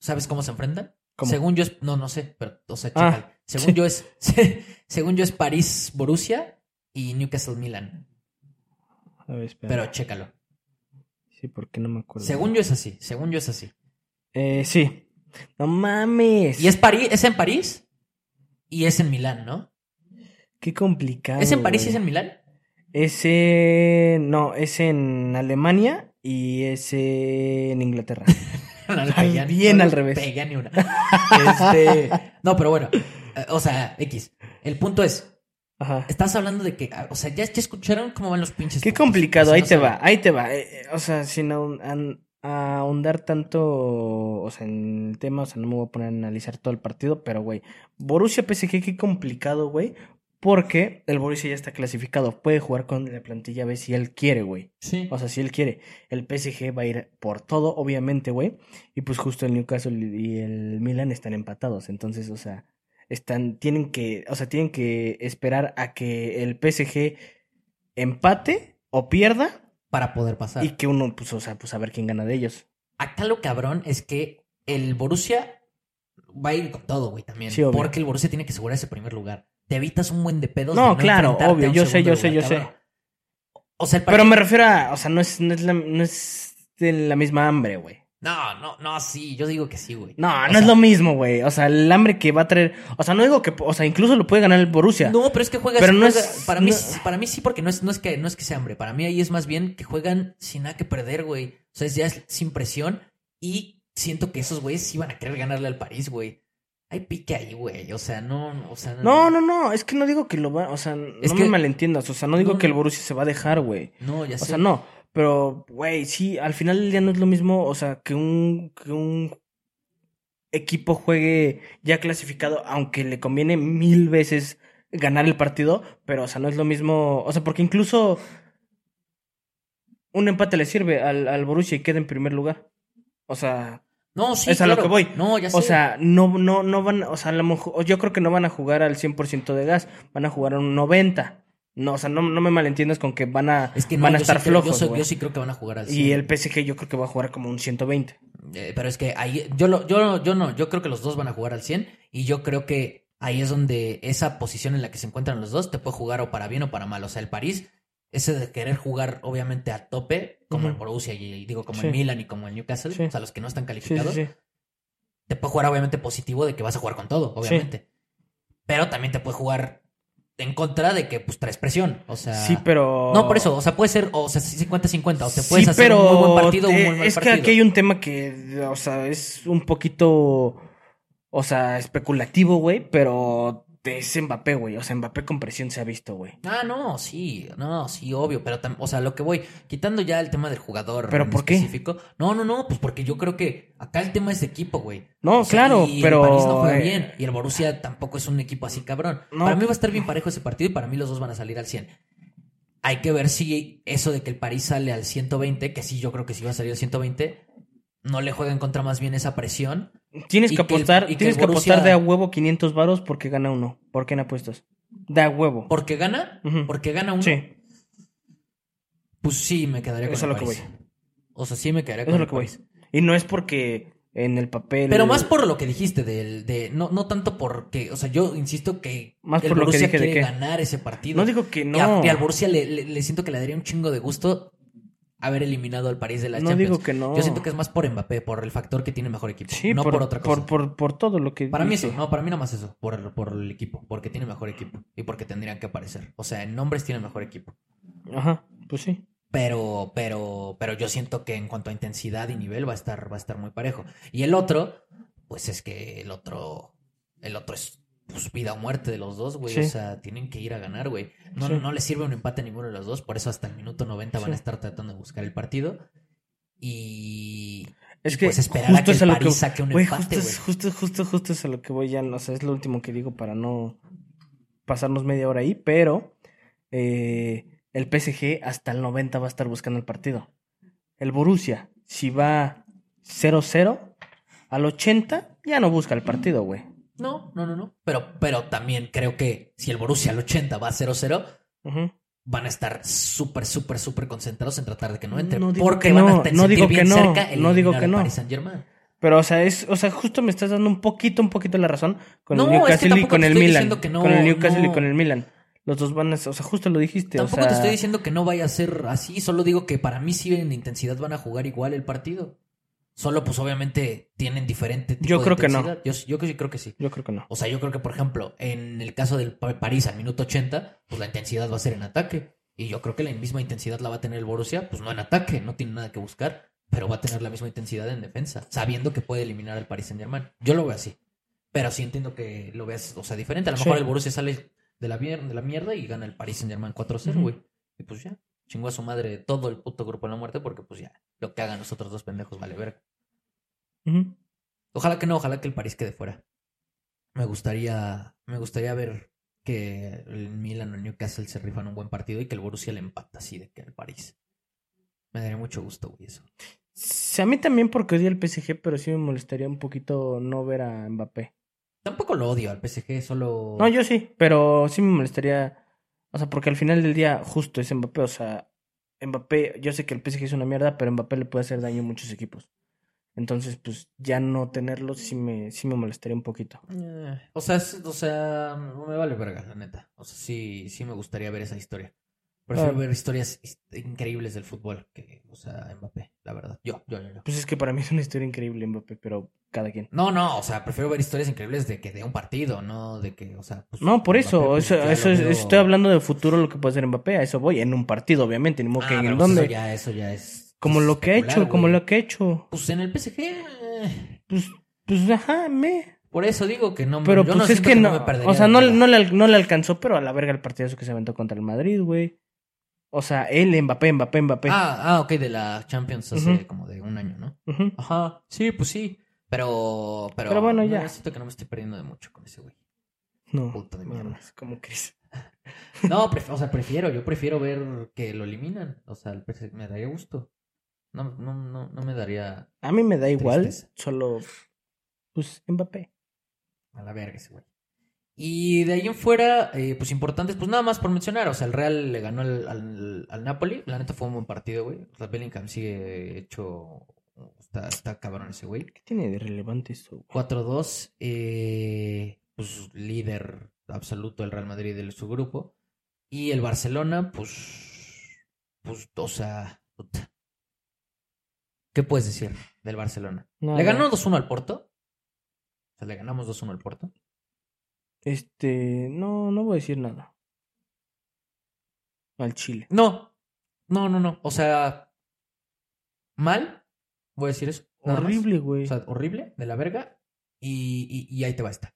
A: ¿Sabes cómo se enfrentan?
B: ¿Cómo?
A: Según yo es. No, no sé, pero, o sea,
B: Ah,
A: chécale. Según
B: sí.
A: yo es. según yo es París Borussia y Newcastle Milan.
B: A ver, espera.
A: Pero chécalo.
B: Sí, porque no me acuerdo.
A: Según yo es así. Según yo es así.
B: Eh, sí. No mames.
A: Y es París, es en París y es en Milán, ¿no?
B: Qué complicado.
A: ¿Es en París y
B: güey.
A: es en Milán?
B: Es en... No, es en Alemania y es en Inglaterra.
A: No le
B: Ay, bien
A: no le
B: al revés.
A: pegué a ni una. Este, no, pero bueno. eh, O sea, X. El punto es,
B: Ajá.
A: Estás hablando de que, ah, o sea, ya, ya escucharon cómo van los pinches.
B: Qué
A: puntos. O
B: complicado,
A: sea,
B: ahí
A: no
B: te
A: saben.
B: va, ahí te va. Eh, eh, o sea, sin ahon- an- ahondar tanto, o sea, en el tema, o sea, no me voy a poner a analizar todo el partido, pero güey, Borussia PSG, qué complicado, güey, porque el Borussia ya está clasificado, puede jugar con la plantilla B si él quiere, güey.
A: Sí.
B: O sea, si él quiere, el PSG va a ir por todo, obviamente, güey. Y pues justo el Newcastle y el Milan están empatados. Entonces, o sea, están, tienen que, o sea, tienen que esperar a que el PSG empate o pierda
A: para poder pasar.
B: y que uno, pues, o sea, pues a ver quién gana de ellos.
A: Acá lo cabrón es que el Borussia va a ir con todo, güey, también.
B: Sí, obvio.
A: porque el Borussia tiene que asegurar ese primer lugar. Te evitas un buen de pedos.
B: No,
A: de
B: claro,
A: enfrentarte a un
B: obvio, yo sé,
A: segundo
B: yo sé, yo
A: lugar,
B: sé.
A: cabrón. O sea, el
B: Pero
A: partido-
B: me refiero a, o sea, no es, no es, la, no es de la misma hambre, güey.
A: No, no, no, sí, yo digo que sí, güey.
B: No,
A: O
B: no
A: sea,
B: es lo mismo, güey. O sea, el hambre que va a traer. O sea, no digo que. O sea, incluso lo puede ganar el Borussia.
A: No, pero es que juegas.
B: Pero no
A: juega-
B: es-
A: para, mí,
B: no-
A: para mí sí, porque no es, no, es que, no es que sea hambre. Para mí ahí es más bien que juegan sin nada que perder, güey. O sea, es- ya es sin presión. Y siento que esos güeyes sí van a querer ganarle al París, güey. Hay pique ahí, güey. O sea, no. O sea,
B: No, no, no, es que no digo que lo va, o sea,
A: Es
B: no
A: que-
B: me malentiendas, o sea, no digo
A: No,
B: que el
A: no.
B: Borussia se va a dejar, güey.
A: No, ya
B: O
A: sé.
B: sea, no, pero güey, sí, al final del día no es lo mismo, o sea, que un que un equipo juegue ya clasificado, aunque le conviene mil veces ganar el partido, pero o sea, no es lo mismo, o sea, porque incluso un empate le sirve al, al Borussia y queda en primer lugar. O sea,
A: No, sí.
B: es a lo
A: claro.
B: que voy.
A: No, ya sé.
B: o sea, no, no, no van, o sea, a lo mejor- yo creo que no van a jugar al 100% de gas, van a jugar a un 90. No, o sea, no, no me malentiendas con que van a,
A: es que no,
B: van a
A: yo sí
B: estar
A: creo- yo
B: flojos,
A: soy- yo,
B: güey.
A: sí creo que van a jugar al
B: y
A: cien.
B: el PSG yo creo que va a jugar como un 120.
A: Eh, pero es que ahí, yo, lo, yo, yo no, yo creo que los dos van a jugar al 100 y yo creo que ahí es donde esa posición en la que se encuentran los dos te puede jugar o para bien o para mal. O sea, el París ese de querer jugar obviamente a tope, como
B: Ujú.
A: el Borussia y, y digo como
B: Sí.
A: el Milan y como el Newcastle,
B: Sí.
A: o sea, los que no están
B: Sí, sí,
A: calificados,
B: sí.
A: te puede jugar obviamente positivo de que vas a jugar con todo, obviamente. Pero también te puede jugar en contra de que pues traes presión, o sea,
B: Sí, pero.
A: no, por eso, o sea, puede ser o sea, 50-50 o te
B: Sí,
A: puedes hacer un muy buen partido o un
B: te-
A: muy mal
B: es
A: partido.
B: que aquí hay un tema que, o sea, es un poquito, o sea, especulativo, güey, pero es Mbappé, güey. O sea, Mbappé con presión se ha visto, güey.
A: Ah, no, sí, no, sí, obvio, pero tam- o sea, lo que voy, quitando ya el tema del jugador
B: ¿Pero
A: en
B: por qué?
A: específico, no, no, no, pues porque yo creo que acá el tema es de equipo, güey.
B: No,
A: O sea,
B: claro,
A: y
B: pero,
A: El París no juega
B: eh,
A: bien y el Borussia tampoco es un equipo así cabrón.
B: No.
A: Para mí va a estar bien parejo ese partido y para mí los dos van a salir al 100. Hay que ver si eso de que el París sale al 120, que sí, yo creo que sí va a salir al 120, no le juega en contra más bien esa presión.
B: Tienes
A: y
B: que
A: que el-
B: apostar,
A: y que el
B: tienes que
A: Borussia-
B: apostar de a huevo 500 varos porque gana uno. ¿Por qué en apuestas? De a huevo.
A: Porque gana,
B: Ujú.
A: porque gana uno,
B: Sí,
A: pues sí me quedaría con
B: Eso
A: el
B: es lo que
A: París. O sea, sí me quedaría
B: eso
A: con
B: es
A: el
B: lo que voy.
A: París.
B: Y no es porque en el papel.
A: Pero más por lo que dijiste del de no no tanto porque, o sea, yo insisto que
B: Más
A: el
B: por lo que
A: Borussia
B: dije de
A: quiere
B: que-
A: ganar ese partido.
B: No digo que
A: Y, a-
B: no.
A: y al Borussia le, le- le siento que le daría un chingo de gusto haber eliminado al París de la
B: No
A: Champions.
B: digo que no.
A: Yo siento que es más por Mbappé, por el factor que tiene mejor equipo,
B: Sí,
A: no por, otra cosa.
B: Por, por, por todo lo que.
A: Para mí eso,
B: dije.
A: no, para mí nada más eso, por el, por el equipo, porque tiene mejor equipo y porque tendrían que aparecer. O sea, en nombres tiene mejor equipo.
B: Ajá, pues sí.
A: Pero, pero, pero yo siento que en cuanto a intensidad y nivel va a estar, va a estar muy parejo. Y el otro, pues es que el otro, el otro es pues, vida o muerte de los dos, güey.
B: Sí.
A: O sea, tienen que ir a ganar, güey. No,
B: Sí.
A: no les sirve un empate a ninguno de los dos, por eso hasta el minuto 90 van
B: Sí.
A: a estar tratando de buscar el partido. Y,
B: Es
A: y,
B: que
A: pues esperar a
B: justo
A: que
B: es
A: el
B: a lo
A: París
B: que-
A: saque un
B: Güey,
A: empate,
B: justo,
A: güey.
B: es- justo, justo, justo es a lo que voy ya, o sea, es lo último que digo para no pasarnos media hora ahí, pero eh, el PSG hasta el 90 va a estar buscando el partido. El Borussia, si va 0-0, al 80 ya no busca el partido, güey.
A: No, no, no, no. Pero, pero también creo que si el Borussia al 80 va 0-0,
B: Ujú.
A: van a estar súper, súper, súper concentrados en tratar de que no entre.
B: No digo
A: porque
B: que
A: van
B: no,
A: a te-
B: no
A: sentir
B: digo
A: bien
B: que no,
A: cerca el
B: no digo
A: eliminar
B: que
A: al
B: no.
A: Paris Saint Germain.
B: Pero, o sea, es, o sea, justo me estás dando un poquito, un poquito la razón con
A: No,
B: el
A: es que
B: Newcastle y
A: tampoco
B: con
A: te
B: el
A: estoy
B: Milan.
A: diciendo que no-
B: con el Newcastle y
A: no.
B: con el Milan. Los dos van a, o sea, justo lo dijiste. o
A: Tampoco te
B: sea,
A: estoy diciendo que no vaya a ser así, solo digo que para mí sí en intensidad van a jugar igual el partido. Solo pues obviamente tienen diferente tipo
B: Yo
A: de
B: creo que no.
A: intensidad. Yo, yo creo- yo creo que sí.
B: Yo creo que no.
A: O sea, yo creo que por ejemplo, en el caso del Pa- París al minuto 80, pues la intensidad va a ser en ataque. Y yo creo que la misma intensidad la va a tener el Borussia, pues no en ataque, no tiene nada que buscar, pero va a tener la misma intensidad en defensa, sabiendo que puede eliminar al Paris Saint Germain. Yo lo veo así. Pero sí entiendo que lo veas, o sea, diferente. A lo
B: Sí.
A: mejor el Borussia sale de la, mier- de la mierda y gana el Paris Saint Germain 4-0,
B: Ujú.
A: güey. Y pues ya, chingó a su madre todo el puto grupo de la muerte porque pues ya, lo que hagan los otros dos pendejos vale verga.
B: Ujú.
A: Ojalá que no, ojalá que el París quede fuera. Me gustaría, me gustaría ver que el Milan o el Newcastle se rifan un buen partido y que el Borussia le empata así de que el París. Me daría mucho gusto, güey, eso.
B: Sí, A mí también porque odio el PSG, pero sí me molestaría un poquito no ver a Mbappé.
A: Tampoco lo odio al PSG, solo.
B: No, yo sí, pero sí me molestaría. O sea, porque al final del día justo es Mbappé. O sea, Mbappé, yo sé que el PSG es una mierda, pero Mbappé le puede hacer daño a muchos equipos. Entonces, pues ya no tenerlo sí me, sí me molestaría un poquito.
A: Eh, o sea, es- o sea, no me vale verga, la neta. O sea, sí, sí me gustaría ver esa historia. Prefiero
B: Claro.
A: ver historias his- increíbles del fútbol que, o sea, Mbappé, la verdad. Yo, yo, yo, yo.
B: Pues es que para mí es una historia increíble Mbappé, pero cada quien.
A: No, no, o sea, prefiero ver historias increíbles de que de un partido, no de que, o sea, pues,
B: No, por eso,
A: Mbappé, pues,
B: eso,
A: ya lo
B: eso es-
A: veo-
B: estoy hablando de futuro lo que puede hacer Mbappé, a eso voy, en un partido, obviamente, ni modo
A: Ah,
B: que
A: pero
B: en
A: pues,
B: dónde.
A: Eso ya, eso ya es.
B: Como lo que ha
A: especular,
B: hecho, como
A: güey.
B: lo que ha hecho.
A: Pues en el PSG. eh,
B: Pues, pues ajá, me.
A: Por eso digo que no me-
B: Pero
A: Mm, yo
B: pues es
A: siento
B: que
A: no
B: no.
A: me perdería
B: o sea,
A: de
B: no,
A: nada.
B: no, le, al- no le alcanzó, pero a la verga el partidazo que se aventó contra el Madrid, güey. O sea, él, Mbappé, Mbappé, Mbappé.
A: Ah, ah, ok, de la Champions hace
B: pues. Ujú.
A: como de un año, ¿no?
B: Ujú.
A: Ajá, sí, pues sí. Pero, pero,
B: Pero bueno,
A: no,
B: ya.
A: siento que no me estoy perdiendo de mucho con ese güey.
B: No.
A: Puta de
B: no,
A: mierda.
B: no, es como que es-
A: No, pref- o sea, prefiero, yo prefiero ver que lo eliminan. O sea, el PSG me daría gusto. No, no, no, no me daría
B: A mí me da igual,
A: Tristeza.
B: solo. Pues Mbappé.
A: a la verga ese güey. Y de ahí en fuera, eh, pues importantes, pues nada más por mencionar. O sea, el Real le ganó al, al, al Napoli. La neta fue un buen partido, güey. O sea, Bellingham sigue hecho. Está, está cabrón ese güey.
B: ¿Qué tiene de relevante eso?
A: 4-2, eh, pues líder absoluto el Real Madrid de su grupo. Y el Barcelona, pues pues, o sea, puta. ¿qué puedes decir del Barcelona?
B: No,
A: ¿Le
B: no.
A: ganó 2-1 al Porto? O sea, le ganamos 2-1 al Porto.
B: Este, no, no voy a decir nada. Al Chile.
A: No, no, no, no. O sea, mal, voy a decir eso. nada más.
B: Horrible, güey.
A: O sea, horrible, de la verga. Y, y- y ahí te va esta.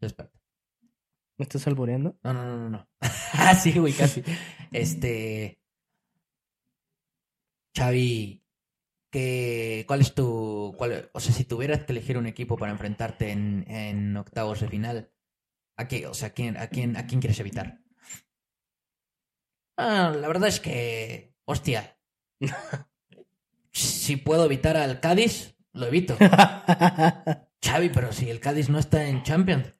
A: Ya, Espérate.
B: ¿Me estás alboreando?
A: No, no, no, no, no. ah, sí, güey, casi. Este. Xavi, ¿qué, ¿cuál es tu. Cuál, o sea, si tuvieras que elegir un equipo para enfrentarte en, en octavos de final, ¿a qué? O sea, ¿a quién, a quién, a quién quieres evitar? Ah, la verdad es que. Hostia. si puedo evitar al Cádiz, lo evito. Xavi, pero si el Cádiz no está en Champions.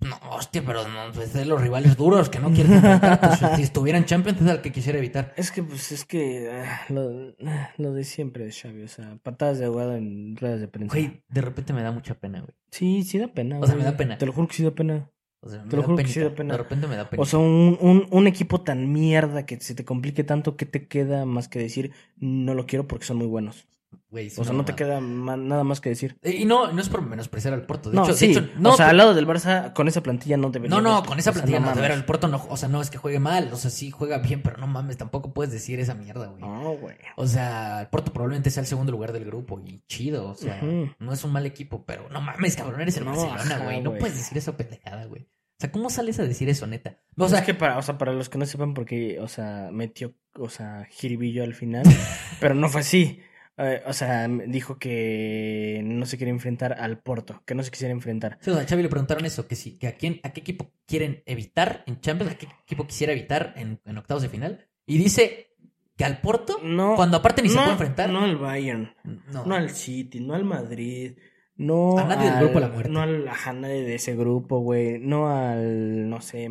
A: No, hostia, pero no, pues, es de los rivales duros que no quieres enfrentar. Pues, si estuviera en Champions es al que quisiera evitar.
B: es que, pues, es que ah, lo, lo de siempre, Xavi. O sea, patadas de ahogado en ruedas de prensa.
A: Güey, de repente me da mucha pena, güey.
B: Sí, sí da pena.
A: O sea, me
B: güey.
A: da pena.
B: Te lo juro que sí da pena.
A: O sea, me
B: Te lo
A: da
B: juro que sí
A: penita.
B: da pena.
A: De repente me da pena.
B: O sea, un, un, un equipo tan mierda que se te complique tanto que te queda más que decir no lo quiero porque son muy buenos.
A: Güey, es
B: O sea,
A: una
B: no te
A: mamada.
B: queda ma- nada más que decir.
A: Eh, Y no, no es por menospreciar al Porto. De
B: no,
A: hecho, de
B: sí.
A: hecho, no,
B: o sea, al lado del Barça, con esa plantilla no debería.
A: no, no,
B: haber-
A: con esa
B: o sea,
A: plantilla no, de ver,
B: mames.
A: el Porto no, o sea, no es que juegue mal, o sea, sí juega bien, pero no mames, tampoco puedes decir esa mierda, güey.
B: No, güey.
A: O sea, el Porto probablemente sea el segundo lugar del grupo y chido, o sea,
B: Ujú.
A: no es un mal equipo, pero no mames, cabrón, eres el
B: No,
A: Barcelona,
B: ajá,
A: güey, no
B: güey.
A: puedes decir esa pendejada, güey. O sea, ¿cómo sales a decir eso, neta? O sea,
B: es que para, o sea, para los que no sepan, porque, o sea, metió, o sea, Giribillo al final, pero no fue así. Eh, o sea, dijo que no se quería enfrentar al Porto, que no se quisiera enfrentar.
A: sí, o sea, a Xavi le preguntaron eso, que si, que a quién, a qué equipo quieren evitar en Champions, a qué equipo quisiera evitar en, en octavos de final, y dice que al Porto,
B: No,
A: cuando aparte ni se
B: no,
A: puede enfrentar,
B: No al Bayern,
A: no.
B: no al City, no al Madrid, no
A: A nadie del
B: al-
A: grupo de la muerte.
B: No al, ajá, nadie de ese grupo, güey, no al, no sé,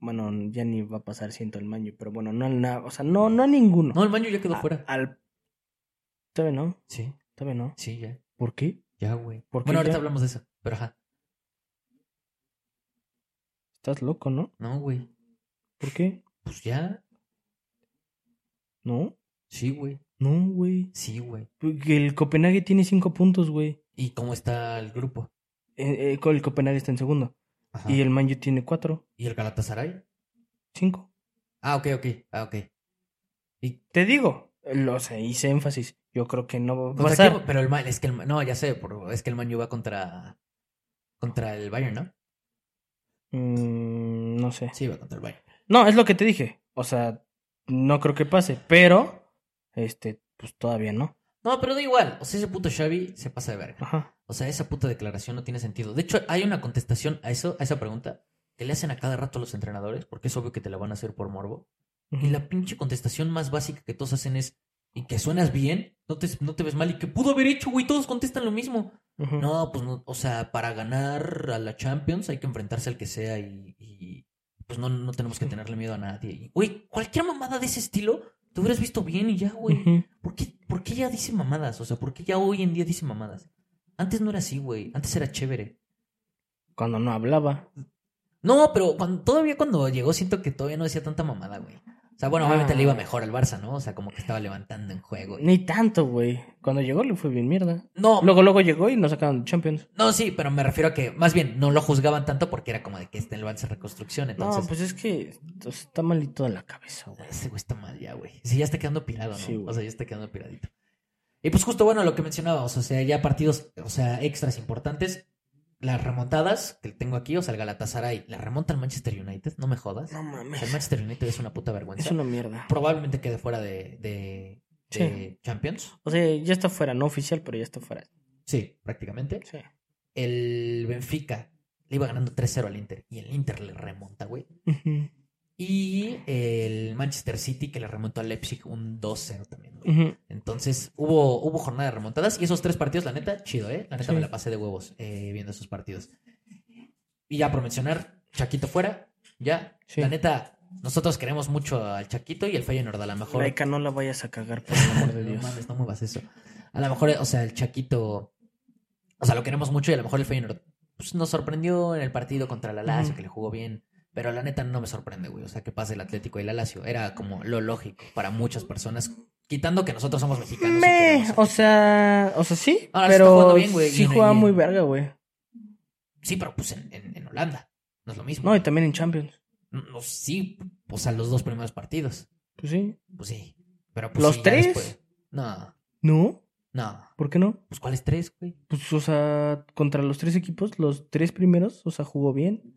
B: bueno, ya ni va a pasar siento al Maño, pero bueno, no al, na- o sea, no, no a ninguno.
A: No, el baño ya quedó
B: A-
A: fuera.
B: Al... Todavía no,
A: Sí,
B: todavía no.
A: sí, ya.
B: ¿Por qué?
A: Ya, güey.
B: ¿Por qué
A: Bueno, ahorita
B: ya?
A: hablamos de eso. Pero ajá.
B: Estás loco, ¿no?
A: No, güey.
B: ¿Por qué?
A: Pues ya.
B: No,
A: Sí, güey.
B: no, güey.
A: Sí, güey.
B: Porque El Copenhague tiene cinco puntos, güey.
A: ¿Y cómo está el grupo?
B: Eh, eh, el Copenhague está en segundo.
A: Ajá.
B: Y el Man U tiene cuatro,
A: ¿Y el Galatasaray?
B: cinco.
A: Ah, ok, ok. Ah, ok. ¿Y
B: Te digo, lo sé, hice énfasis. Yo creo que no va a
A: contra
B: pasar.
A: quién? Pero el mal, es que el Ma- No, ya sé, por- es que el Man U va contra. Contra el Bayern, ¿no?
B: Mm, no sé.
A: Sí, va contra el Bayern.
B: No, es lo que te dije. O sea, no creo que pase, pero, este, pues todavía no.
A: No, pero da igual. O sea, ese puto Xavi se pasa de verga.
B: Ajá.
A: O sea, esa puta declaración no tiene sentido. De hecho, hay una contestación a eso, a esa pregunta, que le hacen a cada rato a los entrenadores, porque es obvio que te la van a hacer por morbo. Y la pinche contestación más básica que todos hacen es, ¿y que suenas bien? No te, no te ves mal y que pudo haber hecho, güey, todos contestan lo mismo.
B: Ujú.
A: No, pues no, o sea, para ganar a la Champions hay que enfrentarse al que sea y, y, pues no, no tenemos que tenerle miedo a nadie. Y, güey, cualquier mamada de ese estilo, te hubieras visto bien y ya, güey.
B: Ujú.
A: ¿Por qué, ¿Por qué ya dice mamadas? O sea, ¿por qué ya hoy en día dice mamadas? Antes no era así, güey. Antes era chévere.
B: Cuando no hablaba.
A: No, pero cuando, todavía cuando llegó siento que todavía no decía tanta mamada, güey. O sea, bueno, obviamente
B: Ah.
A: le iba mejor al Barça, ¿no? O sea, como que estaba levantando en juego. y-
B: Ni tanto, güey. Cuando llegó le fue bien mierda.
A: No,
B: Luego, luego llegó y nos sacaron de Champions.
A: no, sí, pero me refiero a que más bien no lo juzgaban tanto porque era como de que está en el Barça reconstrucción. Entonces,
B: no, pues es que o sea, está malito de la cabeza, güey.
A: ese güey está mal ya, güey. Sí, ya está quedando pirado, ¿no?
B: Sí, güey.
A: o sea, ya está quedando piradito. Y pues justo, bueno, lo que mencionábamos, o sea, ya partidos, o sea, extras importantes. Las remontadas que tengo aquí, o sea, el Galatasaray, la remonta al Manchester United, no me jodas.
B: No
A: O sea, el
B: mames.
A: Manchester United es una puta vergüenza.
B: Es una mierda.
A: Probablemente quede fuera de, de, de Champions.
B: O sea, ya está fuera, no oficial, pero ya está fuera.
A: Sí, prácticamente.
B: Sí.
A: El Benfica le iba ganando 3-0 al Inter y el Inter le remonta, güey.
B: Ujú,
A: Y el Manchester City que le remontó al Leipzig un 2-0 también, güey.
B: ujú.
A: Entonces hubo, hubo jornada de remontadas y esos tres partidos, la neta, chido, ¿eh? La neta
B: Sí.
A: me la pasé de huevos eh, viendo esos partidos. Y ya por mencionar, Chaquito fuera, ya.
B: Sí.
A: La neta, nosotros queremos mucho al Chaquito y el Feyenoord a lo mejor.
B: Laika, no la vayas a cagar, por el amor de
A: No
B: Dios.
A: mames, no muevas eso. A lo mejor, o sea, el Chaquito. O sea, lo queremos mucho y a lo mejor el Feyenoord pues, nos sorprendió en el partido contra la Lazio,
B: Ujú.
A: que le jugó bien. Pero la neta no me sorprende, güey. O sea, que pase el Atlético y la Lazio. Era como lo lógico para muchas personas. Quitando que nosotros somos mexicanos. y
B: Me,
A: queremos-
B: o sea, o sea, sí,
A: Ahora Ah, sí está jugando
B: pero
A: bien, güey, y
B: sí
A: en-
B: juega
A: y en-
B: muy verga, güey.
A: Sí, pero pues en, en- en Holanda. No es lo mismo.
B: No, y también en Champions.
A: No, sí, o sea, los dos primeros partidos.
B: Pues sí.
A: Pues sí. Pero pues
B: ¿Los
A: sí, ya
B: tres?
A: después- No,
B: ¿No?
A: no.
B: ¿Por qué no?
A: Pues ¿cuáles tres, güey?
B: Pues, o sea, contra los tres equipos, los tres primeros, o sea, jugó bien.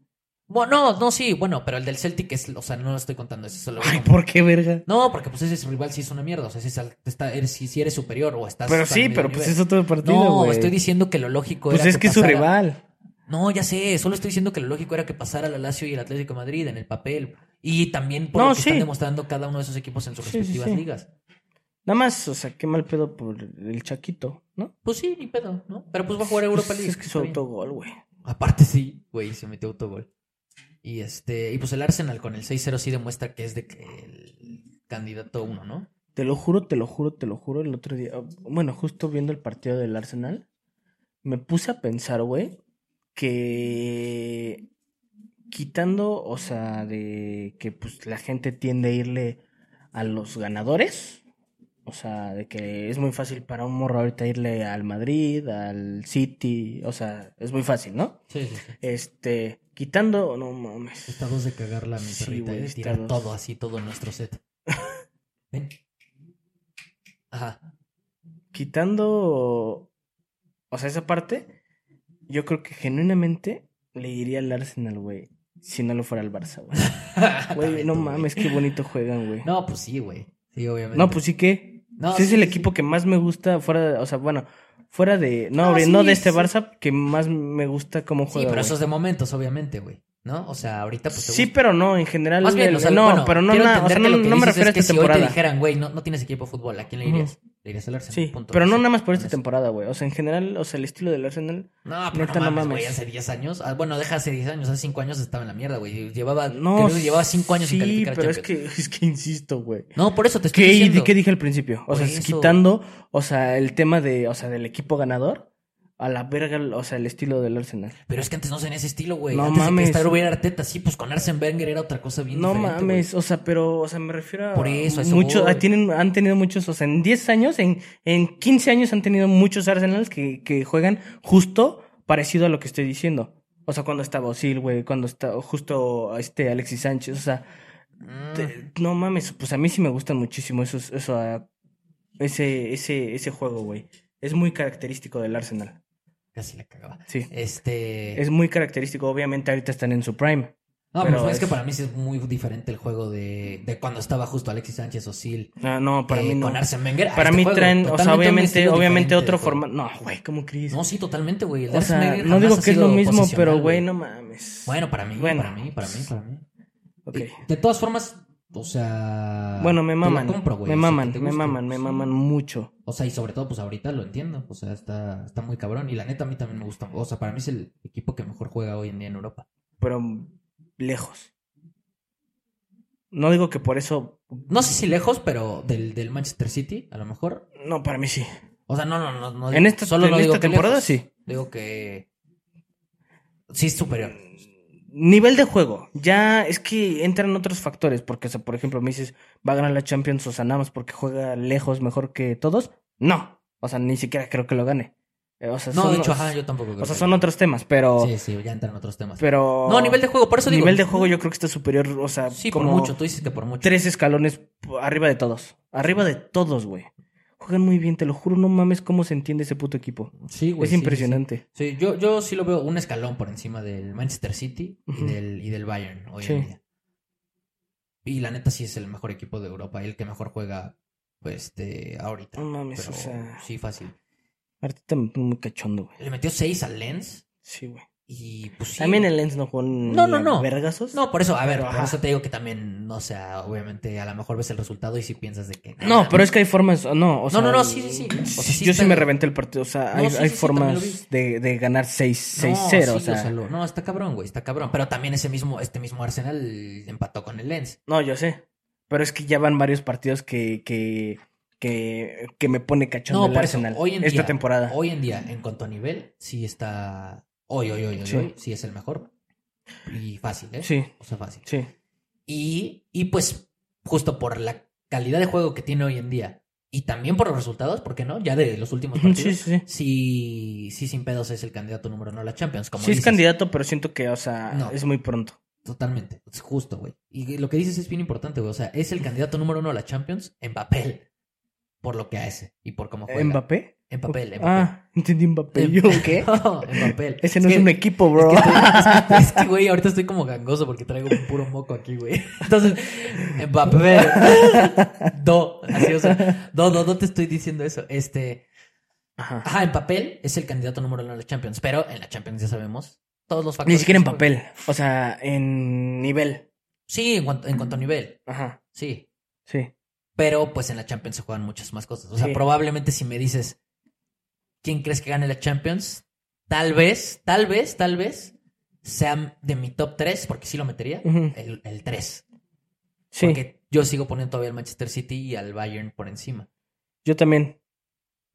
A: Bueno, no, no, sí, bueno, pero el del Celtic es, o sea, no lo estoy contando eso. Solo
B: Ay,
A: como-
B: ¿por qué verga?
A: No, porque pues ese rival sí es una mierda. O sea, si, está, eres, si, si eres superior o estás.
B: Pero
A: estás
B: sí,
A: al
B: pero
A: mismo
B: pues
A: nivel.
B: es otro partido,
A: No,
B: güey.
A: estoy diciendo que lo lógico
B: Pues
A: era.
B: es que es su
A: pasara-
B: rival.
A: No, ya sé, solo estoy diciendo que lo lógico era que pasara la Lazio y el Atlético de Madrid en el papel. Y también por
B: No,
A: lo que
B: sí.
A: están demostrando cada uno de esos equipos en sus
B: Sí, sí,
A: respectivas
B: sí.
A: ligas.
B: Nada más, o sea, qué mal pedo por el Chaquito, ¿no?
A: Pues sí, ni pedo, ¿no? Pero pues va a jugar Europa
B: Pues
A: League.
B: Es que su
A: está bien.
B: autogol, güey.
A: Aparte sí, güey, se metió autogol. Y este, y pues el Arsenal con el 6-0 sí demuestra que es de que el candidato uno, ¿no?
B: Te lo juro, te lo juro, te lo juro. El otro día, bueno, justo viendo el partido del Arsenal, me puse a pensar, güey, que quitando, o sea, de que pues la gente tiende a irle a los ganadores, o sea, de que es muy fácil para un morro ahorita irle al Madrid, al City, o sea, es muy fácil, ¿no?
A: Sí, sí, sí.
B: Este, quitando, no mames.
A: Está dos de cagarla, mi
B: Sí,
A: perrita,
B: güey,
A: y de
B: está
A: tirar
B: dos.
A: todo así, todo nuestro set. Ven. Ajá.
B: quitando, o sea, esa parte, yo creo que genuinamente le iría al Arsenal, güey, si no lo fuera al Barça, güey. Güey,
A: También
B: no
A: tú,
B: mames, qué bonito juegan, güey. No,
A: No, pues sí, güey. Sí, obviamente.
B: pues sí que,
A: No,
B: sí es
A: sí,
B: el
A: sí,
B: equipo que más me gusta fuera, o sea, bueno, fuera de, no,
A: No,
B: güey,
A: sí,
B: no de este
A: sí.
B: Barça, que más me gusta cómo
A: Sí,
B: juega,
A: pero
B: güey.
A: eso es de momentos, obviamente, güey. ¿no? O sea, ahorita pues te
B: Sí,
A: gusta.
B: pero no, en general,
A: Más bien,
B: el-
A: o sea,
B: no,
A: bueno,
B: pero no,
A: quiero
B: na- o sea,
A: entender
B: no,
A: lo que
B: no me
A: dices
B: refiero a
A: es que
B: esta
A: Si hoy
B: temporada.
A: te dijeran, güey, no, no tienes equipo de fútbol, ¿a quién le
B: Ujú.
A: irías? Le irías al Arsenal.
B: Sí,
A: punto.
B: pero no
A: Sí,
B: nada más por
A: con
B: esta
A: eso.
B: temporada, güey. O sea, en general, o sea, el estilo del Arsenal
A: No, pero
B: Neta,
A: no
B: no
A: mames, güey,
B: mames.
A: hace 10 años. Ah, Bueno, deja hace 10 años, hace 5 años estaba en la mierda, güey. Llevaba,
B: No,
A: creo que llevaba 5 años sin
B: sí,
A: calificar a
B: pero es
A: Champions.
B: que, es que insisto, güey.
A: No, por eso te estoy
B: ¿Qué,
A: diciendo.
B: qué dije al principio? O sea,
A: Por eso.
B: quitando, o sea, el tema de, o sea, del equipo ganador, a la verga, o sea, el estilo del Arsenal.
A: Pero es que antes no se en ese estilo, güey.
B: No
A: antes de
B: mames.
A: que estar hubiera Arteta, sí, pues con Arsen Wenger era otra cosa bien
B: No
A: diferente, güey.
B: mames, o sea, pero, o sea, me refiero a...
A: Por eso, a eso
B: muchos,
A: voy.
B: ah, tienen, han tenido muchos, o sea, en 10 años, en, en 15 años han tenido muchos Arsenals que, que juegan justo parecido a lo que estoy diciendo. O sea, cuando estaba Osil, güey, cuando está justo este Alexis Sánchez, o sea,
A: Mm.
B: te- no mames, pues a mí sí me gustan muchísimo esos, eso, ah, ese, ese, ese juego, güey. Es muy característico del Arsenal.
A: Casi la cagaba.
B: Sí.
A: Este.
B: Es muy característico. Obviamente ahorita están en su prime.
A: no, pero,
B: pero
A: es que
B: es-
A: para mí sí es muy diferente el juego de, de cuando estaba justo Alexis Sánchez o Sil.
B: No, Ah, no, para
A: eh,
B: mí no.
A: Con Arsen Wenger. a
B: Para
A: este
B: mí
A: juego.
B: traen, o
A: Totalmente
B: sea,
A: un
B: obviamente,
A: estilo
B: obviamente
A: diferente de
B: otro
A: juego.
B: formato. No, güey, ¿cómo crees?
A: No, sí, totalmente, güey. El
B: o
A: Arsen
B: sea,
A: Wenger
B: no
A: jamás
B: digo
A: ha
B: que es lo
A: sido
B: mismo,
A: posicional,
B: pero güey, no mames.
A: Bueno, para mí,
B: Bueno.
A: para mí, para mí, para mí.
B: Ok.
A: Y De todas formas, o sea.
B: Bueno, me
A: te la
B: maman.
A: compro, güey,
B: me
A: o sea, que
B: maman,
A: te
B: me
A: guste.
B: maman, me
A: Sí.
B: maman mucho.
A: O sea, y sobre todo, pues ahorita lo entiendo. O sea, está, está muy cabrón. Y la neta, a mí también me gusta. O sea, para mí es el equipo que mejor juega hoy en día en Europa.
B: Pero lejos. No digo que por eso.
A: No sé si lejos, pero del, del Manchester City, a lo mejor.
B: No, para mí sí.
A: O sea, no, no, no. no
B: En esta,
A: solo
B: en
A: no digo
B: esta
A: que
B: temporada
A: lejos.
B: sí.
A: Digo que. Sí, es superior.
B: Mm, Nivel de juego. Ya es que entran otros factores. Porque, o sea, por ejemplo, me dices, va a ganar la Champions o sea, nada más porque juega lejos mejor que todos. No. O sea, ni siquiera creo que lo gane. Eh, O sea,
A: No,
B: son
A: de hecho,
B: los-
A: ajá, yo tampoco creo.
B: O sea,
A: que-
B: son otros temas, pero.
A: Sí, sí, ya entran otros temas.
B: pero
A: No, nivel de juego, por eso digo.
B: nivel de juego yo creo que está superior. O sea,
A: Sí,
B: como
A: por mucho. Tú dices que por mucho.
B: tres escalones p- arriba de todos. Arriba de todos, güey. Juegan muy bien, te lo juro, no mames cómo se entiende ese puto equipo.
A: Sí, güey.
B: es
A: sí, sí, sí.
B: impresionante.
A: Sí, yo, yo sí lo veo un escalón por encima del Manchester City y,
B: Ujú.
A: del, y del Bayern hoy en
B: Sí.
A: día. Y la neta sí es el mejor equipo de Europa, el que mejor juega pues, este, ahorita.
B: No mames,
A: Pero
B: o Mm, sea.
A: Sí, fácil.
B: Arteta me pone muy cachondo, güey.
A: Le metió 6 al Lens
B: Sí, güey.
A: y pues sí,
B: También
A: güey.
B: el Lens no jugó ni
A: No, no,
B: a
A: no.
B: vergazos.
A: No, por eso, a ver,
B: Pero,
A: por
B: ajá.
A: eso te digo que también, no sé, obviamente a lo mejor ves el resultado y si piensas de que...
B: No, pero es que hay formas. No, o sea,
A: no, no, sí, sí, sí. O sea, sí
B: yo
A: está-
B: sí me reventé el partido. O sea,
A: No,
B: hay,
A: sí,
B: hay
A: sí, sí,
B: formas
A: también lo
B: de, de ganar 6-0.
A: No,
B: o
A: sí,
B: sea.
A: lo- no, está cabrón, güey, está cabrón. Pero también ese mismo, este mismo Arsenal empató con el Lens.
B: No, yo sé. Pero es que ya van varios partidos que, que, que, que me pone cachondo
A: No,
B: el
A: por eso,
B: Arsenal
A: hoy en
B: esta
A: día,
B: temporada.
A: Hoy en día, en cuanto a nivel, sí está. Hoy, hoy, hoy, hoy,
B: Sí.
A: hoy, sí es el mejor. Y fácil, ¿eh?
B: Sí,
A: O sea, fácil.
B: sí.
A: Y, y pues justo por la calidad de juego que tiene hoy en día y también por los resultados, ¿por qué no? Ya de los últimos
B: Sí,
A: partidos.
B: sí, sí.
A: Sí, sí, sin pedos es el candidato número uno a la Champions. Como
B: Sí es
A: dices.
B: candidato, pero siento que, o sea,
A: No.
B: es muy pronto.
A: Totalmente, es justo, güey. Y lo que dices es bien importante, güey. O sea, es el candidato número uno a la Champions en papel. Por lo que hace y por cómo juega.
B: ¿Mbappé?
A: En papel, en papel.
B: Ah, entendí Mbappé. ¿Yo qué?
A: No, en papel.
B: Ese no es,
A: que-
B: un equipo,
A: es
B: bro.
A: que estoy- es que, güey, ahorita estoy como gangoso porque traigo un puro moco aquí, güey. Entonces, en papel. Do. Así, o sea, do, do, do te estoy diciendo eso. Este.
B: Ajá.
A: Ajá, en papel es el candidato número uno a la Champions. Pero en la Champions ya sabemos todos los factores.
B: Ni siquiera en
A: que se
B: papel. O sea, en nivel.
A: juegan. Sí, en cuanto, en cuanto a nivel.
B: Ajá.
A: Sí.
B: Sí.
A: Pero pues en la Champions se juegan muchas más cosas. O sea,
B: Sí.
A: probablemente si me dices quién crees que gane la Champions, tal vez, tal vez, tal vez sea de mi top 3, porque sí lo metería,
B: Ujú.
A: el, el 3.
B: Sí.
A: Porque yo sigo poniendo todavía al Manchester City y al Bayern por encima.
B: Yo también.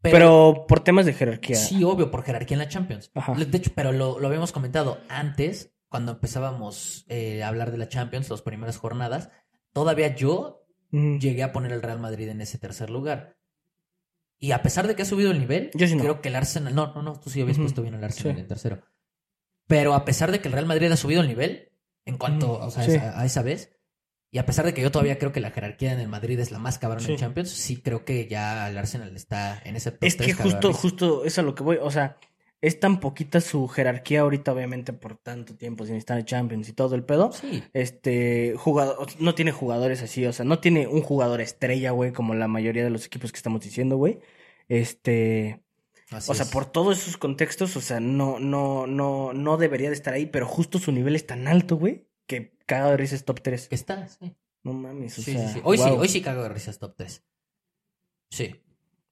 A: Pero,
B: Pero, por temas de jerarquía.
A: sí, obvio, por jerarquía en la Champions.
B: Ajá.
A: De hecho, pero lo, lo habíamos comentado antes, cuando empezábamos eh, a hablar de la Champions, las primeras jornadas, todavía yo
B: Ujú.
A: llegué a poner al Real Madrid en ese tercer lugar. Y a pesar de que ha subido el nivel,
B: Yo sí no.
A: creo que el Arsenal. No, no, no, tú sí habías
B: Ujú.
A: puesto bien al Arsenal
B: Sí.
A: en tercero. Pero a pesar de que el Real Madrid ha subido el nivel, en cuanto
B: Ujú.
A: o sea, a
B: Sí.
A: esa- a esa vez, y a pesar de que yo todavía creo que la jerarquía en el Madrid es la más cabrón
B: Sí.
A: en Champions, sí creo que ya el Arsenal está en ese top
B: Es que
A: tres,
B: justo,
A: cabrón.
B: justo es a lo que voy. O sea, es tan poquita su jerarquía ahorita, obviamente, por tanto tiempo sin estar en Champions y todo el pedo.
A: Sí,
B: Este, jugador, no tiene jugadores así, o sea, no tiene un jugador estrella, güey, como la mayoría de los equipos que estamos diciendo, güey. Este,
A: así
B: o sea,
A: es.
B: por todos esos contextos, o sea, no, no, no, no debería de estar ahí, pero justo su nivel es tan alto, güey, que cagado de risa es top 3.
A: Que está, sí.
B: No mames, o
A: Sí,
B: sea,
A: sí, sí. Hoy sí,
B: guau.
A: hoy sí cago de risas top 3. Sí,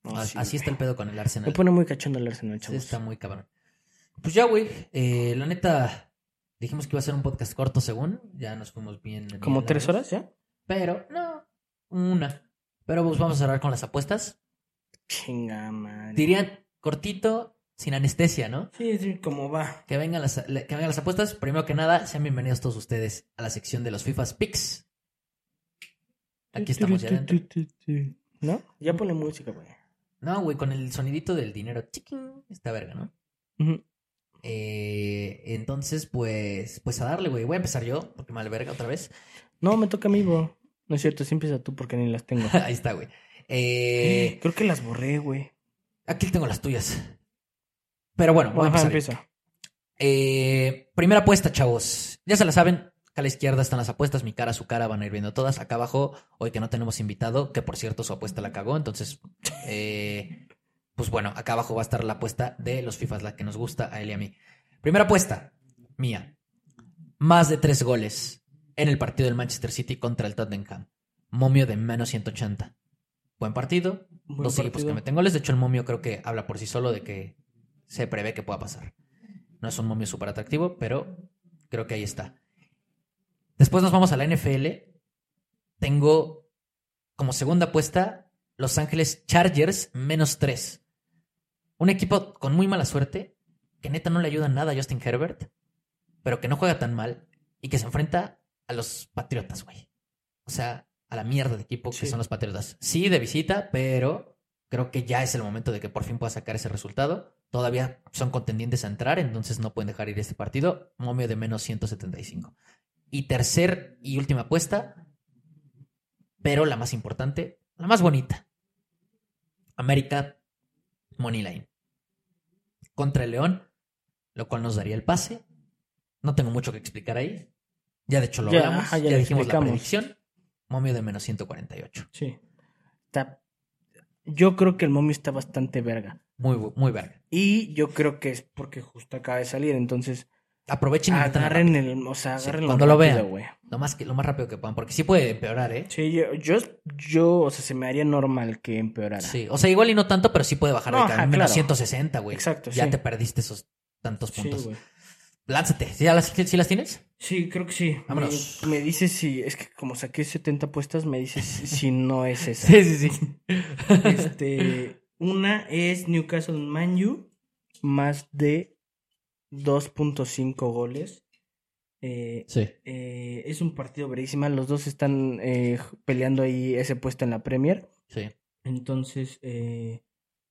B: No,
A: a-
B: sí,
A: así está el
B: güey.
A: pedo con el Arsenal.
B: Me pone muy cachondo el Arsenal,
A: Sí,
B: chavos.
A: está muy cabrón. Pues ya, güey. eh, la neta, dijimos que iba a ser un podcast corto según. Ya nos fuimos bien. bien
B: ¿Como tres
A: largos.
B: horas ya?
A: Pero, no, una. Pero pues vamos a cerrar con las apuestas.
B: Chinga, madre.
A: Dirían cortito, sin anestesia, ¿no?
B: Sí, sí, como va.
A: Que vengan las, le- que vengan las apuestas. Primero que nada, sean bienvenidos todos ustedes a la sección de los FIFA's Picks. Aquí estamos ya dentro.
B: ¿No? Ya pone música, güey.
A: No, güey, con el sonidito del dinero. Chiquín. Está verga, ¿no? Eh, entonces, pues, pues a darle, güey. Voy a empezar yo, porque me alberga otra vez.
B: No, me toca a mí, bro. No es cierto, sí empieza tú porque ni las tengo.
A: Ahí está, güey. Eh,
B: Creo que las borré, güey.
A: aquí tengo las tuyas. Pero bueno, voy a
B: Ajá,
A: empezar.
B: empieza.
A: Eh, primera apuesta, chavos. Ya se la saben. Acá a la izquierda están las apuestas. Mi cara, su cara van a ir viendo todas. Acá abajo, hoy que no tenemos invitado, que por cierto su apuesta la cagó. Entonces, eh, pues bueno, acá abajo va a estar la apuesta de los FIFAs, la que nos gusta a él y a mí. Primera apuesta, mía. Más de tres goles en el partido del Manchester City contra el Tottenham. Momio de menos 180. Buen partido,
B: Buen
A: dos equipos
B: partido.
A: que meten goles. De hecho, el momio creo que habla por sí solo de que se prevé que pueda pasar. No es un momio súper atractivo, pero creo que ahí está. Después nos vamos a la NFL. Tengo como segunda apuesta Los Ángeles Chargers menos 3. Un equipo con muy mala suerte, que neta no le ayuda en nada a Justin Herbert, pero que no juega tan mal y que se enfrenta a los Patriotas, güey. O sea, a la mierda de equipo que
B: Sí.
A: son los Patriotas. Sí, de visita, pero creo que ya es el momento de que por fin pueda sacar ese resultado. Todavía son contendientes a entrar, entonces no pueden dejar ir este partido. Momio de menos 175. Y tercer y última apuesta, pero la más importante, la más bonita. América Moneyline. Contra el León, lo cual nos daría el pase. No tengo mucho que explicar ahí. Ya de hecho lo
B: Ya,
A: hablamos,
B: ajá, ya
A: ya,
B: lo
A: dijimos la
B: explicamos.
A: predicción. Momio de menos 148.
B: Sí. Está... Yo creo que el momio está bastante verga.
A: Muy, bu- muy verga.
B: Y yo creo que es porque justo acaba de salir, entonces
A: Aprovechen y métanlo
B: Ah, agarren
A: rápido.
B: el, o sea,
A: Sí,
B: agarren
A: cuando lo vean.
B: güey.
A: lo más que- lo más rápido que puedan, porque sí puede empeorar, ¿eh?
B: Sí, yo, yo, yo, o sea, se me haría normal que empeorara.
A: Sí, o sea, igual y no tanto, pero sí puede bajar
B: No,
A: de
B: ajá,
A: ca- menos
B: claro.
A: 160, güey.
B: Exacto,
A: Ya
B: sí.
A: te perdiste esos tantos
B: Sí,
A: puntos.
B: güey.
A: Lánzate. ¿Sí, ya las, sí las tienes?
B: Sí, creo que sí.
A: Vámonos.
B: Me, me dice si, es que como saqué 70 apuestas, me dice si, si no es esa.
A: sí, sí.
B: Este, una es Newcastle Man U, más de 2.5 goles. Eh,
C: Sí.
B: eh, es un partido verísima. Los dos están eh, j- peleando ahí ese puesto en la Premier.
A: Sí.
B: Entonces, eh,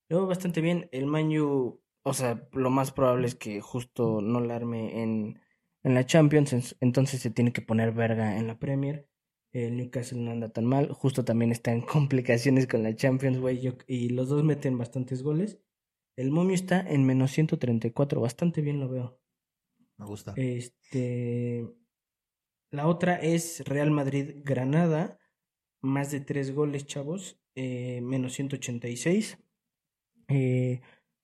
B: lo veo bastante bien. El Manu, o sea, lo más probable es que justo no la arme en, en la Champions. ens- Entonces se tiene que poner verga en la Premier. El Newcastle no anda tan mal. Justo también está en complicaciones con la Champions, güey. yo- Y los dos meten bastantes goles. El momio está en menos 134. Bastante bien lo veo.
A: Me gusta.
B: Eh, Este. La otra es Real Madrid-Granada. Más de tres goles, chavos. eh, menos 186. Eh,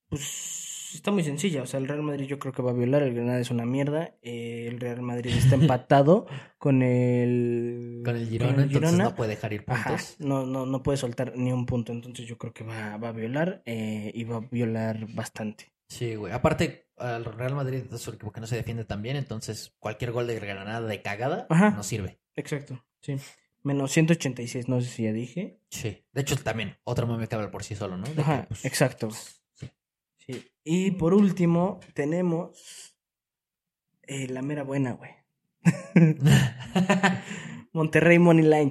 B: pues está muy sencilla. O sea, el Real Madrid yo creo que va a violar. El Granada es una mierda. eh, el Real Madrid está empatado con el.
A: Con el Girona, entonces
B: Girona.
A: no puede dejar ir
B: Ajá,
A: puntos.
B: no, no, no puede soltar ni un punto. Entonces yo creo que va, va a violar. eh, y va a violar bastante.
A: Sí, güey. Aparte, al Real Madrid es un equipo que no se defiende tan bien, entonces cualquier gol de Granada de cagada
B: Ajá.
A: no sirve.
B: Exacto, sí. Menos 186, no sé si ya dije.
A: Sí. De hecho, también, otro meme que habla por sí solo, ¿no? De que,
B: Ajá,
A: pues,
B: exacto. Sí. Y por último, tenemos eh, la mera buena, güey. Monterrey Money Line,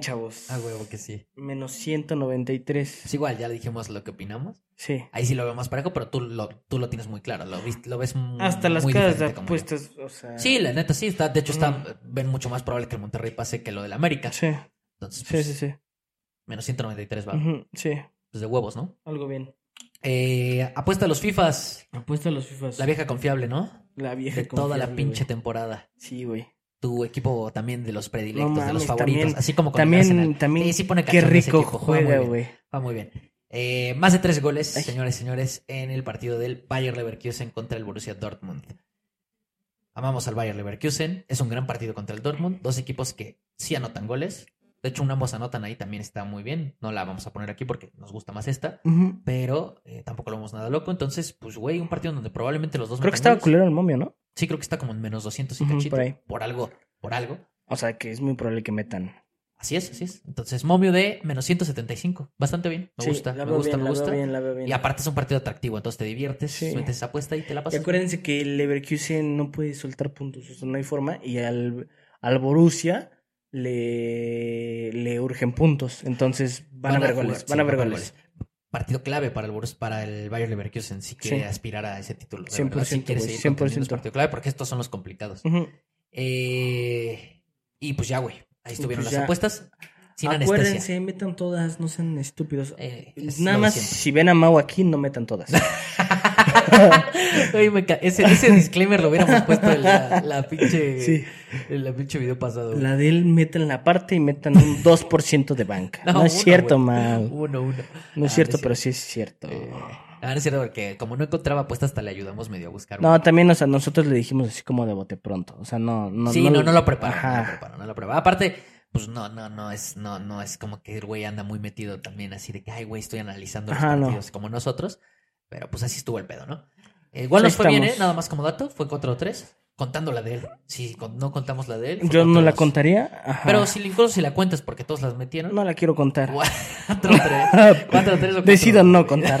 B: chavos.
A: ah, huevo que sí.
B: Menos 193.
A: Es igual, ya dijimos lo que opinamos.
B: Sí.
A: Ahí sí lo veo más parejo, pero tú lo, tú lo tienes muy claro. Lo, vis- lo ves muy,
B: Hasta las
A: Mm, muy
B: casas de
A: diferente como yo.
B: apuestas, o sea.
A: Sí, la neta sí. Está, de hecho, está,
B: Mm.
A: ven mucho más probable que el Monterrey pase que lo del América.
B: Sí,
A: Entonces,
B: sí,
A: pues,
B: sí. sí.
A: menos 193 va.
B: Ujú, sí,
A: Pues de huevos, ¿no?
B: algo bien.
A: Eh, apuesta a los FIFAs.
B: Apuesta a los FIFAs.
A: La vieja confiable, ¿no?
B: La vieja
A: De toda la
B: confiable,
A: pinche
B: güey.
A: temporada.
B: Sí, güey.
A: Tu equipo también de los predilectos,
B: No
A: de los
B: mames,
A: favoritos.
B: también-
A: así como con el
B: También,
A: Arsenal.
B: también.
A: Sí, sí pone
B: qué
A: cachondeo ese
B: rico
A: equipo, juega muy
B: juega,
A: bien.
B: güey.
A: Va muy bien. Eh, más de tres goles,
B: Ay.
A: señores, señores, en el partido del Bayer Leverkusen contra el Borussia Dortmund. Amamos al Bayer Leverkusen. Es un gran partido contra el Dortmund. Dos equipos que sí anotan goles. De hecho, un ambos anotan ahí también está muy bien. No la vamos a poner aquí porque nos gusta más esta.
B: Ujú.
A: Pero eh, tampoco lo vemos nada loco. Entonces, pues, güey, un partido donde probablemente los dos.
B: Creo que
A: metan
B: estaba
A: goles.
B: culero el momio, ¿no?
A: Sí, creo que está como en menos 200 y
B: Ujú,
A: cachito.
B: por ahí.
A: por algo, por algo.
B: O sea, que es muy probable que metan.
A: Así es, así es. Entonces, momio de menos 175. Bastante bien. Me
B: Sí,
A: gusta,
B: la
A: me
B: veo
A: gusta,
B: bien,
A: me
B: la veo
A: gusta.
B: bien, la veo bien.
A: Y aparte es un partido atractivo, entonces te diviertes,
B: Sí.
A: metes esa apuesta y te la
B: Y
A: pasas.
B: acuérdense que el Leverkusen no puede soltar puntos, o sea, no hay forma. Y al, al Borussia le, le urgen puntos. Entonces van, a ver
A: jugar,
B: goles,
A: sí,
B: van a ver goles.
A: Partido clave para el Borus- para el Bayern Leverkusen si quiere
B: Sí.
A: aspirar a ese título. de verdad, si
B: 100%,
A: quiere
B: güey,
A: seguir conteniendo, es
B: 100%.
A: partido clave porque estos son los complicados.
B: Ujú.
A: Eh, y pues ya, güey. Ahí estuvieron
B: pues
A: las
B: ya.
A: apuestas. Sin
B: Acuérdense,
A: anestesia.
B: metan todas, no sean estúpidos.
A: Eh, es
B: Nada
A: lo de
B: más,
A: siempre.
B: si ven a Mau aquí, no metan todas.
A: Güey, me ca- ese, ese disclaimer lo hubiéramos puesto en la, la pinche.
B: Sí.
A: En la pinche video pasado. güey.
B: La de él, metan la parte y metan un 2% de banca. No,
A: No,
B: es
A: uno,
B: cierto,
A: güey.
B: Mau.
A: Uno, uno.
B: No
A: Ah,
B: es cierto, pero sí es cierto.
A: Eh, ah, no es cierto, porque como no encontraba apuestas, hasta le ayudamos medio a buscar.
B: No, también, o sea, nosotros le dijimos así como de bote pronto. O sea, no, no.
A: sí, no, no, lo preparo, no
B: Ajá.
A: lo preparo, no lo preparo. Aparte, pues no, no, no es, no, no es como que el güey anda muy metido también así de que, ay, güey, estoy analizando
B: Ajá,
A: los
B: no.
A: partidos como nosotros, pero pues así estuvo el pedo, ¿no? Eh, igual
B: Ahí
A: nos fue bien, ¿eh?
B: estamos.
A: Nada más como dato, fue 4 o 3, contando la de él. Si con- no contamos la de él. fue
B: Yo no
A: cuatro o
B: la
A: dos.
B: contaría. Ajá.
A: Pero si incluso si la cuentas porque todos las metieron.
B: No la quiero contar.
A: 4 o 3. 4 o 3 o
B: Decido no
A: contar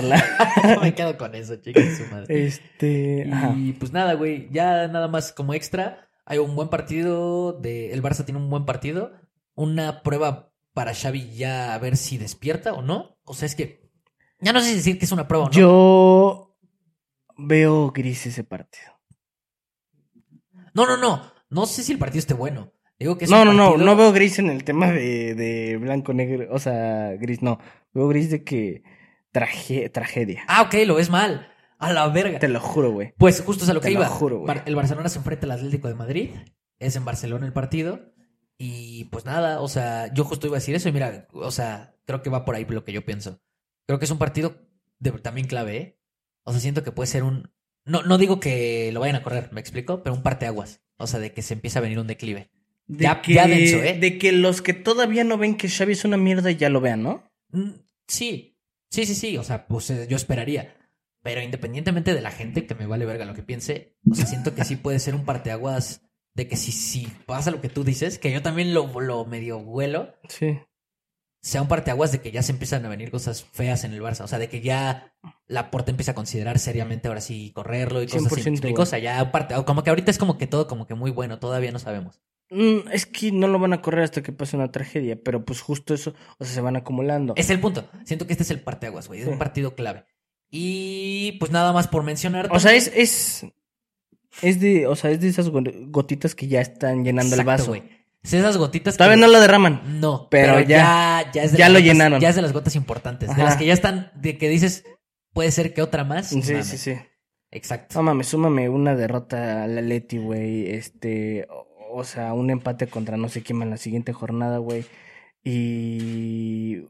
B: contarla.
A: Me quedo con eso, chicas, su madre.
B: Este. Ajá.
A: Y pues nada, güey, ya nada más como extra, hay un buen partido, de, el Barça tiene un buen partido, una prueba para Xavi ya a ver si despierta o no, o sea, es que ya no sé si decir que es una prueba o no.
B: Yo veo gris ese partido.
A: No, no, no, no sé si el partido esté bueno. Digo que es
B: No,
A: un
B: no, no.
A: partido-
B: No veo gris en el tema de, de blanco, negro. O sea, gris no. Veo gris de que. traje- tragedia.
A: Ah, ok, lo ves mal, a la verga.
B: Te lo juro, güey.
A: Pues justo es a lo
B: Te
A: que
B: lo
A: iba.
B: juro, güey.
A: Bar- el Barcelona se enfrenta al Atlético de Madrid. Es en Barcelona el partido. Y pues nada, o sea, yo justo iba a decir eso y mira, o sea, creo que va por ahí lo que yo pienso. Creo que es un partido de- también clave, ¿eh? O sea, siento que puede ser un... No, no digo que lo vayan a correr, me explico, pero un parteaguas. O sea, de que se empieza a venir un declive.
B: De
A: Ya-
B: que,
A: ya denso, ¿eh?
B: De que los que todavía no ven que Xavi es una mierda ya lo vean, ¿no?
A: Mm, sí, sí, sí, sí, o sea, pues eh, yo esperaría. Pero independientemente de la gente, que me vale verga lo que piense, o sea, siento que sí puede ser un parteaguas de que si, si pasa lo que tú dices, que yo también lo, lo medio huelo,
B: Sí.
A: sea un parteaguas de que ya se empiezan a venir cosas feas en el Barça. O sea, de que ya la porta empieza a considerar seriamente ahora sí correrlo y cosas así.
B: 100%,
A: ¿me explico? O sea, ya parte, o como que ahorita es como que todo como que muy bueno, todavía no sabemos.
B: Mm, es que no lo van a correr hasta que pase una tragedia, pero pues justo eso, o sea, se van acumulando.
A: Es el punto. Siento que este es el parteaguas, güey. Es
B: Sí.
A: un partido clave. Y pues nada más por mencionar.
B: O sea, es, es, es de, o sea, es de esas go- gotitas que ya están llenando el
A: Exacto,
B: vaso.
A: güey. Es esas gotitas
B: Todavía no
A: lo...
B: lo derraman.
A: No,
B: Pero
A: pero, ya, ya, es de
B: ya
A: las
B: lo
A: gotas-
B: llenaron.
A: Ya es de las gotas importantes.
B: Ajá.
A: De las que ya están, de que dices, puede ser que otra más.
B: Sí,
A: Mames.
B: sí, sí.
A: Exacto.
B: No mames, súmame una derrota al Atleti, güey. Este, o, o sea, un empate contra no sé quién en la siguiente jornada, güey. Y.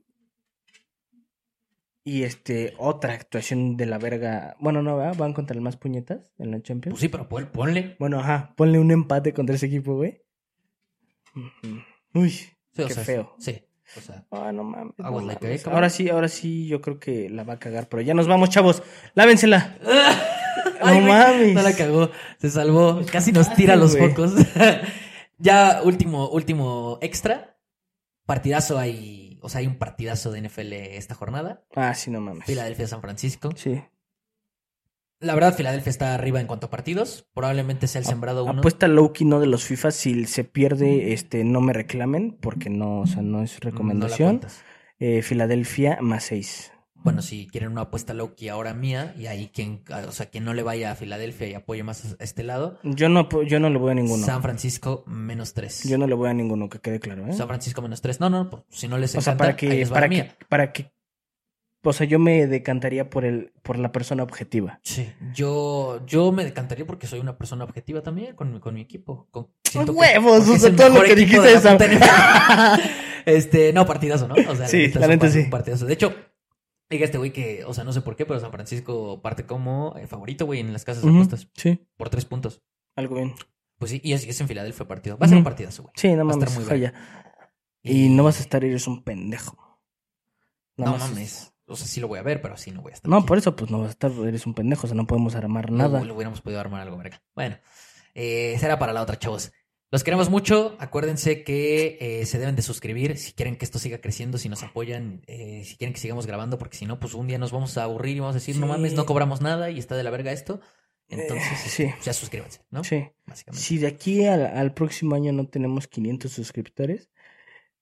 B: Y este, otra actuación de la verga. Bueno, no, ¿verdad? Van contra el más puñetas en la Champions.
A: Pues sí, pero pon- ponle.
B: Bueno, ajá, ponle un empate contra ese equipo, güey. Ujú. Uy,
A: Sí, o
B: qué
A: sea,
B: feo.
A: Sí. O sea,
B: Ah, no mames. no
A: Aguas la que
B: mames.
A: hay, cabrón.
B: Ahora sí, ahora sí, yo creo que la va a cagar, pero ya nos vamos, chavos. Lávensela.
A: Ay,
B: no
A: güey,
B: mames.
A: No la cagó, se salvó, casi nos tira
B: Ay,
A: los
B: güey.
A: focos. ya, último, último extra. Partidazo hay, o sea, hay un partidazo de NFL esta jornada.
B: Ah, sí, no mames.
A: Filadelfia San Francisco.
B: Sí.
A: La verdad, Filadelfia está arriba en cuanto a partidos. Probablemente sea el sembrado uno.
B: Apuesta Loki no de los FIFA. Si se pierde, este, no me reclamen, porque no, o sea, no es
A: No la
B: recomendación.
A: cuentas.
B: Eh, Filadelfia más 6.
A: bueno, si quieren una apuesta Loki ahora mía, y ahí quien, ah, o sea, quien no le vaya a Filadelfia y apoye más a este lado,
B: Yo no, po- yo no le voy a ninguno.
A: San Francisco menos tres.
B: Yo no le voy a ninguno, que quede claro, ¿eh?
A: San Francisco menos tres. No, no, pues, si no les
B: O sea,
A: encanta,
B: para
A: ahí
B: que,
A: les va la
B: para
A: mía.
B: que, para que, o sea, yo me decantaría por el, por la persona objetiva.
A: Sí, yo, yo me decantaría porque soy una persona objetiva también con, mi- con mi equipo. Con, siento que-
B: ¡Huevos!
A: porque
B: O
A: es
B: sea,
A: el
B: todo lo
A: mejor
B: que
A: equipo
B: dijiste
A: de
B: es am-
A: la puta NFL. Este, no, partidazo, ¿no? O sea,
B: Sí,
A: es
B: la
A: un
B: neta
A: par-
B: sí.
A: un partidazo. De hecho, diga este güey que, o sea, no sé por qué, pero San Francisco parte como eh, favorito, güey, en las casas de
B: Ujú,
A: apuestas
B: Sí,
A: por tres puntos.
B: algo bien.
A: Pues sí, y es, y es en Filadelfia partido. Va a ser un
B: Ujú.
A: partidazo, güey.
B: Sí, no
A: Va a estar
B: mames,
A: muy
B: joya. Y no vas a estar, eres un pendejo. Nada
A: No
B: más.
A: mames. O sea, sí lo voy a ver, pero sí no voy a estar.
B: No,
A: aquí.
B: por eso, pues no vas a estar, eres un pendejo, o sea, no podemos armar nada.
A: No, Oh, le hubiéramos podido armar algo, verga. Bueno, eh, será para la otra, chavos. Los queremos mucho. Acuérdense que eh, se deben de suscribir si quieren que esto siga creciendo, si
B: Ah.
A: nos apoyan, eh, si quieren que sigamos grabando, porque si no, pues un día nos vamos a aburrir y vamos a decir, no
B: Sí.
A: mames, no cobramos nada y está de la verga esto.
B: Eh,
A: Entonces,
B: sí,
A: pues, ya suscríbanse, ¿no?
B: sí.
A: Básicamente.
B: Si de aquí al, al próximo año no tenemos 500 suscriptores,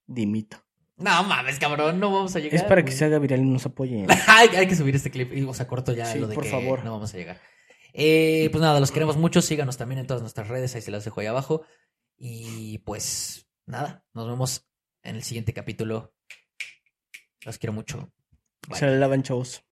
B: dimito.
A: No mames, cabrón, no vamos a llegar.
B: Es para que
A: güey.
B: se haga viral y nos apoyen.
A: Ay, hay que subir este clip. Y, o sea, corto ya
B: Sí,
A: lo de
B: por
A: que
B: favor.
A: no vamos a llegar. Eh, pues nada, los queremos mucho. Síganos también en todas nuestras redes. Ahí se las dejo ahí abajo. Y pues nada, nos vemos en el siguiente capítulo. Los quiero mucho. Bye.
B: Se la lavan, chavos.